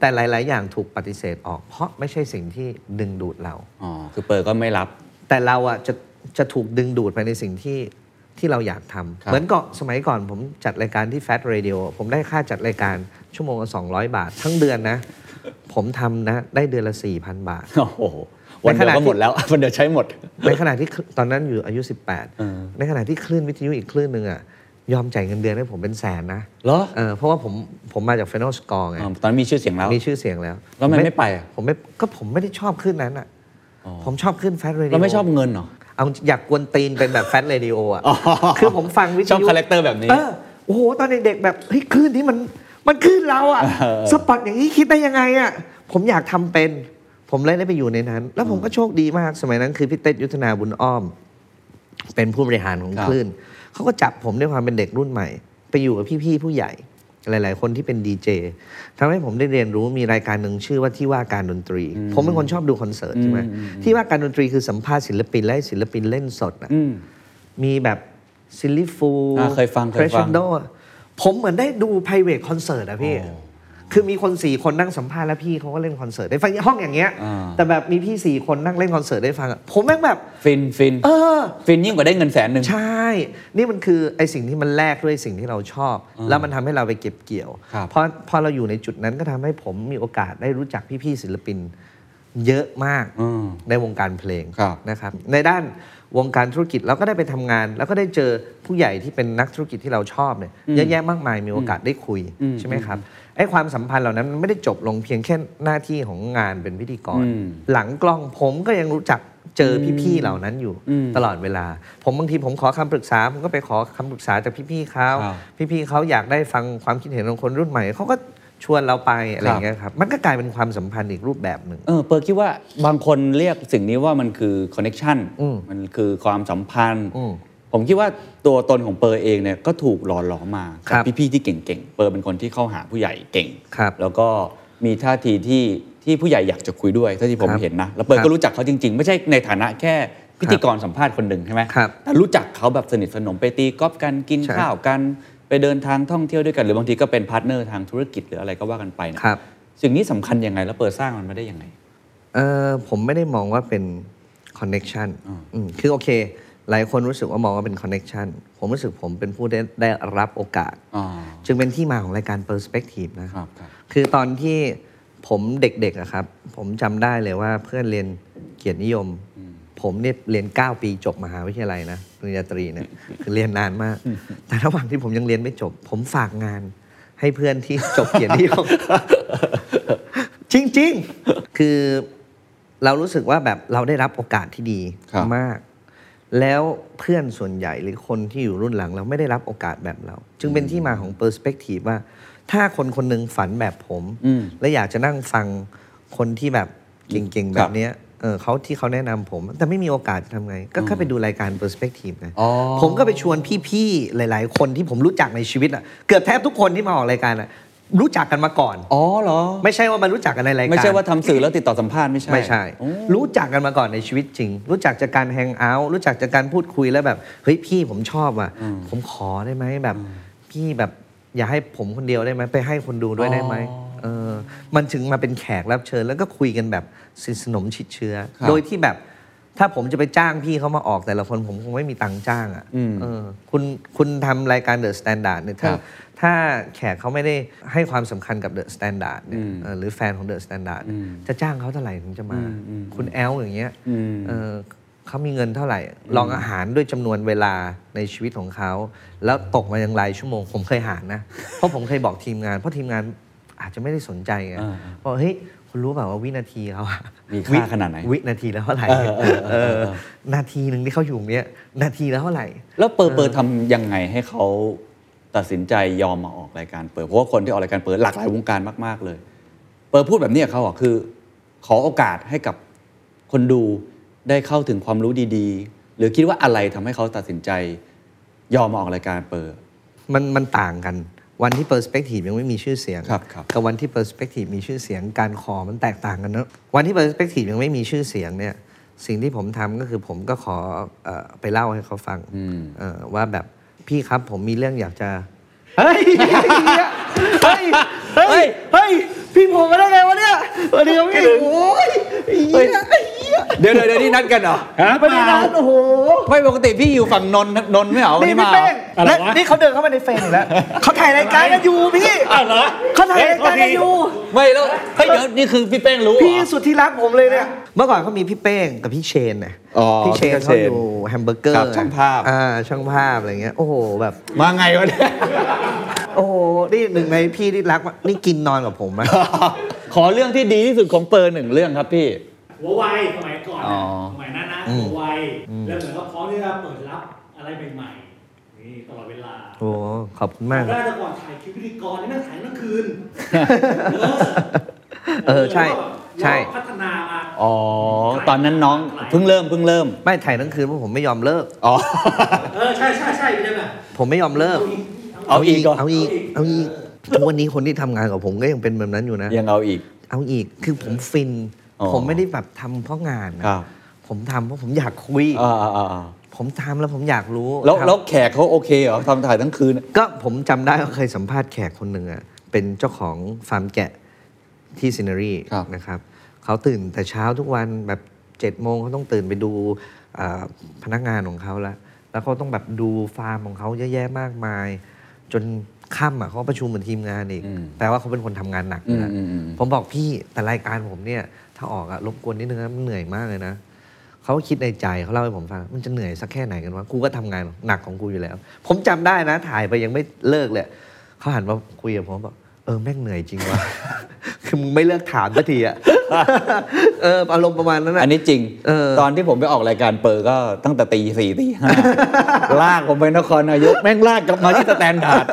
S1: แต่หลาย ๆ อย่างถูกปฏิเสธออก เพราะไม่ใช่สิ่งที่ดึงดูดเรา
S2: อ๋อคือเปิดก็ไม่รับ
S1: แต่เราอ่ะจะจะถูกดึงดูดไปในสิ่งที่ที่เราอยากทำ
S2: ครับ
S1: เหมือนก่อนสมัยก่อนผมจัดรายการที่ Fat Radio ผมได้ค่าจัดรายการชั่วโมงละ200 บาท ทั้งเดือนนะ ผมทำนะ ได้เดือนละ 4,000 บาท
S2: โอ้โหวันเดียวก็หมดแล้ว วันเดียวใช้หมด
S1: ในขณะที่ตอนนั้นอยู่อายุ
S2: เออ
S1: 18 ในขณะที่คลื่นวิทยุอีกคลื่นหนึ่งอ่ะยอมจ่ายเงินเดือนให้ผมเป็นแสนนะ
S2: เหรอ
S1: เออเพราะว่าผมผมมาจาก Final Score ไง
S2: อ่าตอนนั้นมีชื่อเสียงแล้ว
S1: มีชื่อเสียงแล้ว
S2: แล้วทำไมไม่ไปอ่ะ
S1: ผมไม่ก็ผมไม่ได้ชอบคลื่นนั้นอ่ะผมชอบคลื่นแฟชเรดิโอ
S2: เราไม่ชอบเงินเหรอ
S1: เอาอยากกวนตีนเป็นแบบแฟตเรดิโออ่ะ
S2: อ๋อ
S1: คือผมฟังวิทยุ
S2: ชอบคาแรคเตอร์แบบนี้
S1: เออโอ้โห ตอนเด็กๆแบบ เฮ้ยคลื่นนี้มันมันคลื่นเราอ่ะ
S2: เออ
S1: สปอตอย่างนี้คิดได้ยังไงอ่ะ ผมอยากทำเป็น ผมเลยได้ไปอยู่ในนั้น แล้วผมก็โชคดีมาก สมัยนั้นคือพี่เต้ยุทธนาบุญอ้อม เป็นผู้บริหารของ
S2: ครับ
S1: คลื่น เขาก็จับผมด้วยความเป็นเด็กรุ่นใหม่ ไปอยู่กับพี่ๆผู้ใหญ่ หลาย ๆ คนที่เป็นดีเจทำให้ผมได้เรียนรู้มีรายการหนึ่งชื่อว่าที่ว่าการดนตรี ผมเป็นคนชอบดูคอนเสิร์ตใช่ไหมที่ว่าการดนตรีคือสัมภาษณ์ศิลปินและให้ศิลปินเล่นสดอะ
S2: อืม
S1: มีแบบซิลลิฟู
S2: อ่าเคยฟังเคยฟัง
S1: เรชโดผมเหมือนได้ดู private concert อะพี่ คือมีคนสี่คนนั่งสัมภาษณ์แล้วพี่เขาก็เล่นคอนเสิร์ตได้ฟังห้องอย่างเงี้ย แต่แบบมีพี่สี่คนนั่งเล่นคอนเสิร์ตได้ฟังอะผมแม่งแบบ
S2: ฟินฟิน
S1: เออ
S2: ฟินยิ่งกว่าได้เงินแสนหนึ่ง
S1: ใช่ นี่มันคือไอสิ่งที่มันแลกด้วยสิ่งที่เราชอบ แล้วมันทำให้เราไปเก็บเกี่ยว
S2: ครับ
S1: เพราะพอเราอยู่ในจุดนั้นก็ทำให้ผมมีโอกาสได้รู้จักพี่ๆศิลปิน เยอะมาก
S2: อืม
S1: ในวงการเพลง
S2: ครับ
S1: นะครับ ในด้านวงการธุรกิจเราก็ได้ไปทำงาน แล้วก็ได้เจอผู้ใหญ่ที่เป็นนักธุรกิจที่เราชอบเนี่ยเยอะแยะมากมายมีโอกาสได้คุยใช่ไหมครับไอ้ความสัมพันธ์เหล่านั้นมันไม่ได้จบลงเพียงแค่หน้าที่ของงานเป็นพิธีกร หลังกล้องผมก็ยังรู้จักเจอพี่ๆเหล่านั้นอยู่ตลอดเวลา ผมบางทีผมขอคำปรึกษา ผมก็ไปขอคำปรึกษาจากพี่ๆเขา
S2: ครับ
S1: พี่ๆเขาอยากได้ฟังความคิดเห็นของคนรุ่นใหม่เขาก็ชวนเราไปอะไรอย่างเงี้ยครับมันก็กลายเป็นความสัมพันธ์อีกรูปแบบหนึ่ง
S2: เออเปิร์คิดว่าบางคนเรียกสิ่งนี้ว่ามันคือคอนเน็ชัน
S1: อืม
S2: มันคือความสัมพันธ์
S1: อืม
S2: ผมคิดว่าตัวตนของเปอร์เองเนี่ยก็ถูกหล่อหลอมมา
S1: ครั
S2: จาก
S1: บ
S2: พี่ๆที่เก่งๆ เปอร์เป็นคนที่เข้าหาผู้ใหญ่เก่ง
S1: ครับ
S2: แล้วก็มีท่าทีที่ที่ผู้ใหญ่อยากจะคุยด้วยเท่าที่ผม
S1: ครับ
S2: เห็นนะ แล้วเปอร์
S1: ครับ
S2: ก็รู้จักเขาจริงๆ ไม่ใช่ในฐานะแค่พิธีกรสัมภาษณ์คนหนึ่งใช่ไหม
S1: ครับ
S2: แต่รู้จักเขาแบบสนิทสนมไปตีกอล์ฟกันกิน
S1: ใช่
S2: ข้าวกันไปเดินทางท่องเที่ยวด้วยกันหรือบางทีก็เป็นพาร์ทเนอร์ทางธุรกิจหรืออะไรก็ว่ากันไปนะครับ สิ่งนี้สำคัญยังไงแล้วเปอร์สร้างมันมาได้ยังไง
S1: เออผมไม่ได้มองว่าเป็นคอนเน็ชันคือโอเค หลายคนรู้สึกว่ามองว่าเป็นคอนเน็ชันผมรู้สึกผมเป็นผู้ได้ได้รับโอกาส
S2: อ๋อ
S1: จึงเป็นที่มาของรายการ Perspective นะครับ
S2: ครับ
S1: คือตอนที่ผมเด็กๆอะครับ ผมจำได้เลยว่าเพื่อนเรียนเกียรตินิยม ผมเนี่ยเรียน 9 ปีจบมหาวิทยาลัยนะปริญญาตรีเนี่ย คือเรียนนานมาก แต่ระหว่างที่ผมยังเรียนไม่จบ ผมฝากงานให้เพื่อนที่จบเกียรตินิยม จริงๆ คือเรารู้สึกว่าแบบเราได้รับโอกาสที่ดี
S2: ครับ
S1: มาก แล้วเพื่อนส่วนใหญ่หรือคนที่อยู่รุ่นหลังเราไม่ได้รับโอกาสแบบเรา จึงเป็นที่มาของเปอร์สเปกทีฟว่า ถ้าคนคนหนึ่งฝันแบบผม และอยากจะนั่งฟังคนที่แบบเก่งๆ แบบเนี้ยเออเขาที่เขาแนะนำผม แต่ไม่มีโอกาสทำไง ก็เข้าไปดูรายการ Perspective นะ
S2: อ๋อ
S1: ผมก็ไปชวนพี่ๆ หลายๆ คนที่ผมรู้จักในชีวิตอะเกือบแทบทุกคนที่มาออกรายการอะรู้จักกันมาก่อน
S2: อ๋อเหรอ
S1: ไม่ใช่ว่ามันรู้จักกันในรายการ
S2: ไม่ใช่ว่าทำสื่อแล้วติดต่อสัมภาษณ์ไม่ใช่
S1: ไม่ใช่
S2: โอ้
S1: รู้จักกันมาก่อนในชีวิตจริง รู้จักจากการแฮงเอาท์รู้จักจากการพูดคุยแล้วแบบ เฮ้ยพี่ผมชอบอ่ะ ผมขอได้ไหมแบบ พี่แบบอย่าให้ผมคนเดียวได้ไหมไปให้คนดูด้วยได้ไหมเออมันถึงมาเป็นแขกรับเชิญ แล้วก็คุยกันแบบสนิทสนมชิดเชื้อ โดยที่แบบถ้าผมจะไปจ้างพี่เขามาออกแต่ละคนผมคงไม่มีตังค์จ้างอ่ะเออคุณคุณทำรายการเดอะสแตนดาร์ดเนี่ยถ้า ถ้าแขกเขาไม่ได้ให้ความสำคัญกับเดอะสแตนดาร์ดเนี่ยเออหรือแฟนของเดอะสแตนดาร์ดจะจ้างเขาเท่าไหร่ถึงจะมา คุณแอลอย่างเงี้ยเออเขามีเงินเท่าไหร่ ลองอาหารด้วยจำนวนเวลาในชีวิตของเขา แล้วตกมาอย่างไรชั่วโมง ผมเคยหารนะ เพราะผมเคยบอกทีมงาน เพราะทีมงานอาจจะไม่ได้สนใจไงบอกเฮ้ยคุณรู้เปล่าว่าวินาทีเขาอะ
S2: มีค่าขนาดไหน
S1: วินาทีแล้วเท่าไหร่เออนาทีหนึ่งที่เขาอยู่เนี้ยนาทีแล้วเท่าไหร่
S2: แล้วเปิร์เปิร์ทำยังไงให้เขาตัดสินใจยอมมาออกรายการเปิร์เพราะว่าคนที่ออกรายการเปิร์หลากหลายวงการมากๆเลย เปิร์พูดแบบนี้กับเขาอ่ะคือ ขอโอกาสให้กับคนดูได้เข้าถึงความรู้ดีๆ หรือคิดว่าอะไรทำให้เขาตัดสินใจ ยอมมาออกรายการเปิร์
S1: มันมันต่างกันวันที่ Perspective ยังไม่มีชื่อเสียง
S2: ครับครับ
S1: กับวันที่ Perspective มีชื่อเสียงการขอมันแตกต่างกันเนอะวันที่ Perspective ยังไม่มีชื่อเสียงเนี่ยสิ่งที่ผมทำก็คือผมก็ขอเออไปเล่าให้เขาฟัง
S2: อืม
S1: เอ่อว่าแบบพี่ครับผมมีเรื่องอยากจะเฮ้ยเฮ้ยเฮ้ยเฮ้ยพี่ผมมาได้ไงวะเนี่ยวันนี้ก็พี่โอ้ยไอ้เหี้ยไอ้เหี้ย
S2: เดี๋ยวเดี๋ยวเดี๋ยวนี่นัดกันเหรอ
S8: ไม่ได้นะโอ้โห
S2: ไม่ปกติพี่อยู่ฝั่งนนท์นนท์ไม่เหรอวัน
S8: นี่
S2: นี้
S8: พี่
S2: มา
S8: เป้งและนี่เขาเดินเข้ามาในเฟรมอีกแล้วเขาถ่ายรายการกันอยู่พี่เขาถ่ายรายการกันอยู่
S2: ไม่แล้วเฮ้ยเดี๋ยวนี่คือพี่แป้งรู้เหร
S8: พี่
S2: อ
S8: สุดที่รักผมเลยเนี่ย
S1: เมื่อก่อนเขามีพี่เป้งกับพี่เชนนะ
S2: อ๋อ
S1: พี่เชน
S2: พี่เชน
S1: เขาอยู่แฮมเบอร์เกอ
S2: ครับ
S1: ร์ะ
S2: ช่างภาพ
S1: อ่าช่างภาพอะไรเงี้ยโอ้โหแบบ
S2: มาไงวะเนี่ย
S1: โอ้โหนี่หนึ่งในพี่ที่รักมากนี่กินนอนกับผมอะ
S2: ขอเรื่องที่ดีที่สุดของเปอร์หนึ่งเรื่องครับพี่
S9: หัวไวสมัยก่อน
S2: อ๋อ
S9: นะสมัยนั้นนะหัวไวแล้วเหมือนกับพร้อมที่จะเปิดรับอะไรใหม่ๆนี่ตลอดเวลา
S1: โอ้โหขอบคุณมากครับ
S9: ได้แต่ก่อนถ่ายคลิปพิธีกรนี่นั่งถ่ายทั้งคืน
S1: เออใช่ใช่
S9: เราพัฒนามา
S2: อ๋อ ตอนนั้นน้องเพิ่งเริ่มเพิ่งเริ่ม
S1: ไม่ถ่ายทั้งคืนเพราะผมไม่ยอมเลิก
S2: อ๋อ
S9: เออ ใช่ใช่ใช่ใช่ไหม
S1: ผมไม่ยอมเลิก
S2: เอาอีกเหรอ
S1: เอาอีก เอาอีกทุกวันนี้คนที่ทำงานกับผมก็ยังเป็นแบบนั้นอยู่นะ
S2: ยังเอาอีก
S1: เอาอีก คือผมฟิน
S2: อ๋อ
S1: ผมไม่ได้แบบทำเพราะงานนะครับ ผมทำเพราะผมอยากคุย
S2: อ่าอ่าอ่า
S1: ผมทำแล้วผมอยากรู้
S2: แล้ว
S1: ทำ
S2: แล้วแขกเขาโอเคเหรอทำถ่ายทั้งคืน
S1: ก็ผมจำได้ว่าเคยสัมภาษณ์แขกคนหนึ่งอ่ะ เป็นเจ้าของฟาร์มแกะที่ซินเนอรี่
S2: ครับ
S1: นะครับ เขาตื่นแต่เช้าทุกวันแบบ7จ็ดโมงเขาต้องตื่นไปดูเอ่อพนักงานของเขาละแล้วเขาต้องแบบดูฟาร์มของเขาเยอะแยะมากมาย จนค่ำอ่ะเขาก็ประชุมเหมือนทีมงานอีก แปลว่าเขาเป็นคนทำงานหนัก
S2: อื
S1: นะ
S2: ม
S1: ฮะ
S2: อืมอืม
S1: ผมบอกพี่แต่รายการผมเนี่ย ถ้าออกอะรบกวนนิดนึงนะมันเหนื่อยมากเลยนะเขาคิดในใจเขาเล่าให้ผมฟังมันจะเหนื่อยสักแค่ไหนกันวะกูก็ทำงานหนักของกูอยู่แล้ว ผมจำได้นะ ถ่ายไปยังไม่เลิกเลยเขาหันมาคุยกับผมบอกเออแม่งเหนื่อยจริงวะ คือมึงไม่เลิกถามสักทีอะ เอออารมณ์ประมาณนั้นอะ
S2: อันนี้จริง
S1: เออ
S2: ตอนที่ผมไปออกรายการเปิดก็ตั้งแต่ตีสี่ตีห้า ลากผมไปนครนายกแม่งลากกลับมาที่สแตนดาร์ด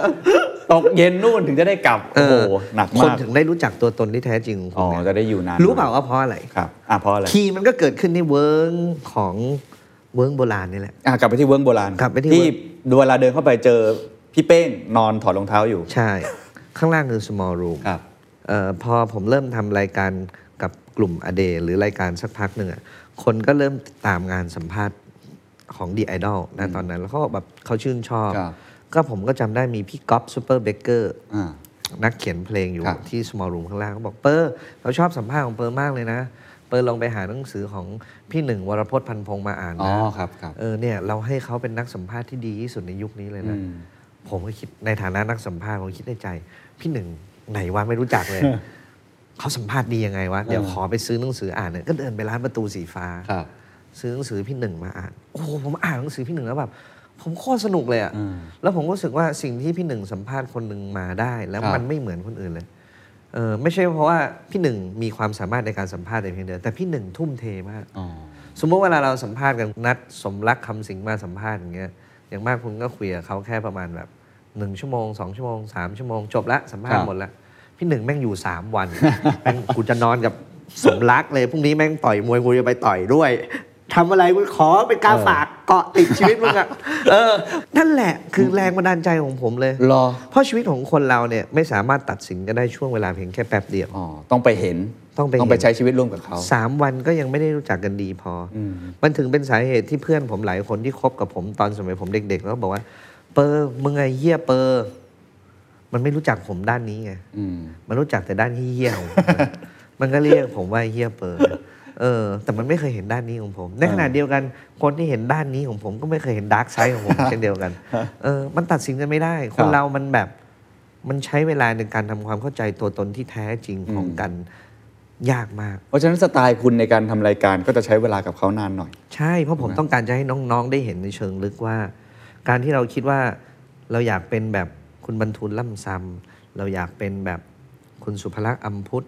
S2: ตกเย็นนู่นถึงจะได้กลับ
S1: เอ
S2: โอ้โห
S1: อ
S2: หนัก
S1: คน
S2: มาก
S1: ถึงได้รู้จักตัวตนที่แท้จริงของคุ
S2: อ๋อ
S1: ณ
S2: จะ
S1: นะ
S2: ได้อยู่นาน
S1: รู้เปล่าว่าเพราะอะไร
S2: ครับ อ่ะเพราะอะไร
S1: คีย์มันก็เกิดขึ้นในเวิร์งของเวิร์งโบราณนี่แหละ
S2: อ่ะกลับไปที่เวิร์กโบราณ
S1: กลับไปที่
S2: เวลาเดินเข้าไปเจอพี่เป้งนอนถอดรองเท้าอยู่
S1: ใช่ ข้างล่างคือ small room
S2: ครับ
S1: เอ่อพอผมเริ่มทำรายการกับกลุ่มอเดหรือรายการสักพักหนึ่งอะคนก็เริ่มติดตามงานสัมภาษณ์ของดีไอดอลนะตอนนั้น แล้วเขาก็แบบเขาชื่นชอบ
S2: ครับ
S1: ก็ผมก็จำได้มีพี่ก๊อฟซูเปอร์เบเกอร์
S2: อ่า
S1: นักเขียนเพลงอยู่
S2: ครับ
S1: ที่ small room ข้างล่างเขาบอกเปอร์เราชอบสัมภาษณ์ของเปอร์มากเลยนะ เปอร์ลองไปหาหนังสือของพี่หนึ่งวรพจน์พันพงษ์มาอ่าน
S2: อ๋
S1: นะ
S2: อครับครับ
S1: เออเนี่ยเราให้เขาเป็นนักสัมภาษณ์ที่ดีที่สุดในยุคนี้เลยนะ ผมก็คิดในฐานะนักสัมภาษณ์ผมคิดในใจ พี่หนึ่งไหนวะไม่รู้จักเลย เขาสัมภาษณ์ดียังไงวะ เดี๋ยวขอไปซื้อหนังสืออ่านเนี่ยก็เดินไปร้านประตูสีฟ้า
S2: ครับ
S1: ซื้อหนังสือพี่หนึ่งมาอ่าน โอ้โหผมอ่านหนังสือพี่หนึ่งแล้วแบบ ผมโคตรสนุกเลยอะ
S2: อืม
S1: แล้วผมก็รู้สึกว่าสิ่งที่พี่หนึ่งสัมภาษณ์คนหนึ่งมาได้ แล้ว
S2: ครับ
S1: มันไม่เหมือนคนอื่นเลยเออไม่ใช่เพราะว่าพี่หนึ่งมีความสามารถในการสัมภาษณ์แต่เพียงเดียวแต่พี่หนึ่งทุ่มเทมาก
S2: อ๋อ
S1: สมมติเวลาเราสัมภาษณ์กันนัดสมรักคำสิงห์มาสัมภาษณ์อย่างเงี้ยอย่างมากคุณก็คุยกับเขาแค่ประมาณแบบหนึ่งชั่วโมงสองชั่วโมงสามชั่วโมง จบละสัมภาษ
S2: ครั
S1: ณ์
S2: บ
S1: หมดละพี่หนึ่งแม่งอยู่สามวัน แม่งกูจะนอนกับสมรักเลยพรุ่งนี้แม่งต่อยมวยกูจะไปต่อยด้วยทำอะไรกูขอเป็นกาฝากเกาะติดชีวิตมึงอะเออนั่นแหละคือแรงบันดาลใจของผมเลย
S2: รอ
S1: เพราะชีวิตของคนเราเนี่ยไม่สามารถตัดสินกันได้ช่วงเวลาเพียงแค่แป๊บเดียว
S2: อ๋อ ต้องไปเห็น
S1: ต้องไป
S2: ต้องไป
S1: เห็น
S2: ใช้ชีวิตร่วมกับเขา
S1: สามวันก็ยังไม่ได้รู้จักกันดีพออ
S2: อืม
S1: มันถึงเป็นสาเหตุที่เพื่อนผมหลายคนที่คบกับผมตอนสมัยผมเด็กๆแล้วบอกว่า เปอร์มึงไงเหี้ยเปอร์ มันไม่รู้จักผมด้านนี้ไง
S2: อืม
S1: มันรู้จักแต่ด้านเหี้ยๆของผม นะ มันก็เรียกผมว่าเหี้ยเปิดเออ แต่มันไม่เคยเห็นด้านนี้ของผม ในขณะเดียวกัน คนที่เห็นด้านนี้ของผมก็ไม่เคยเห็นดาร์กไซด์ของผม เช่นเดียวกัน เออ มันตัดสินกันไม่ได้ คนเรามันแบบ มันใช้เวลาในการทำความเข้าใจตัวตนที่แท้จริงของ
S2: อืม
S1: กันยากมาก
S2: เพราะฉะนั้นสไตล์คุณในการทำรายการก็จะใช้เวลากับเขานานหน่อย
S1: ใช่ เพราะผมต้องการจะให้น้องๆ ได้เห็นในเชิงลึกว่า การที่เราคิดว่าเราอยากเป็นแบบคุณบรรทุนล่ำซำเราอยากเป็นแบบคุณสุภลักษณ์อัมพุทธ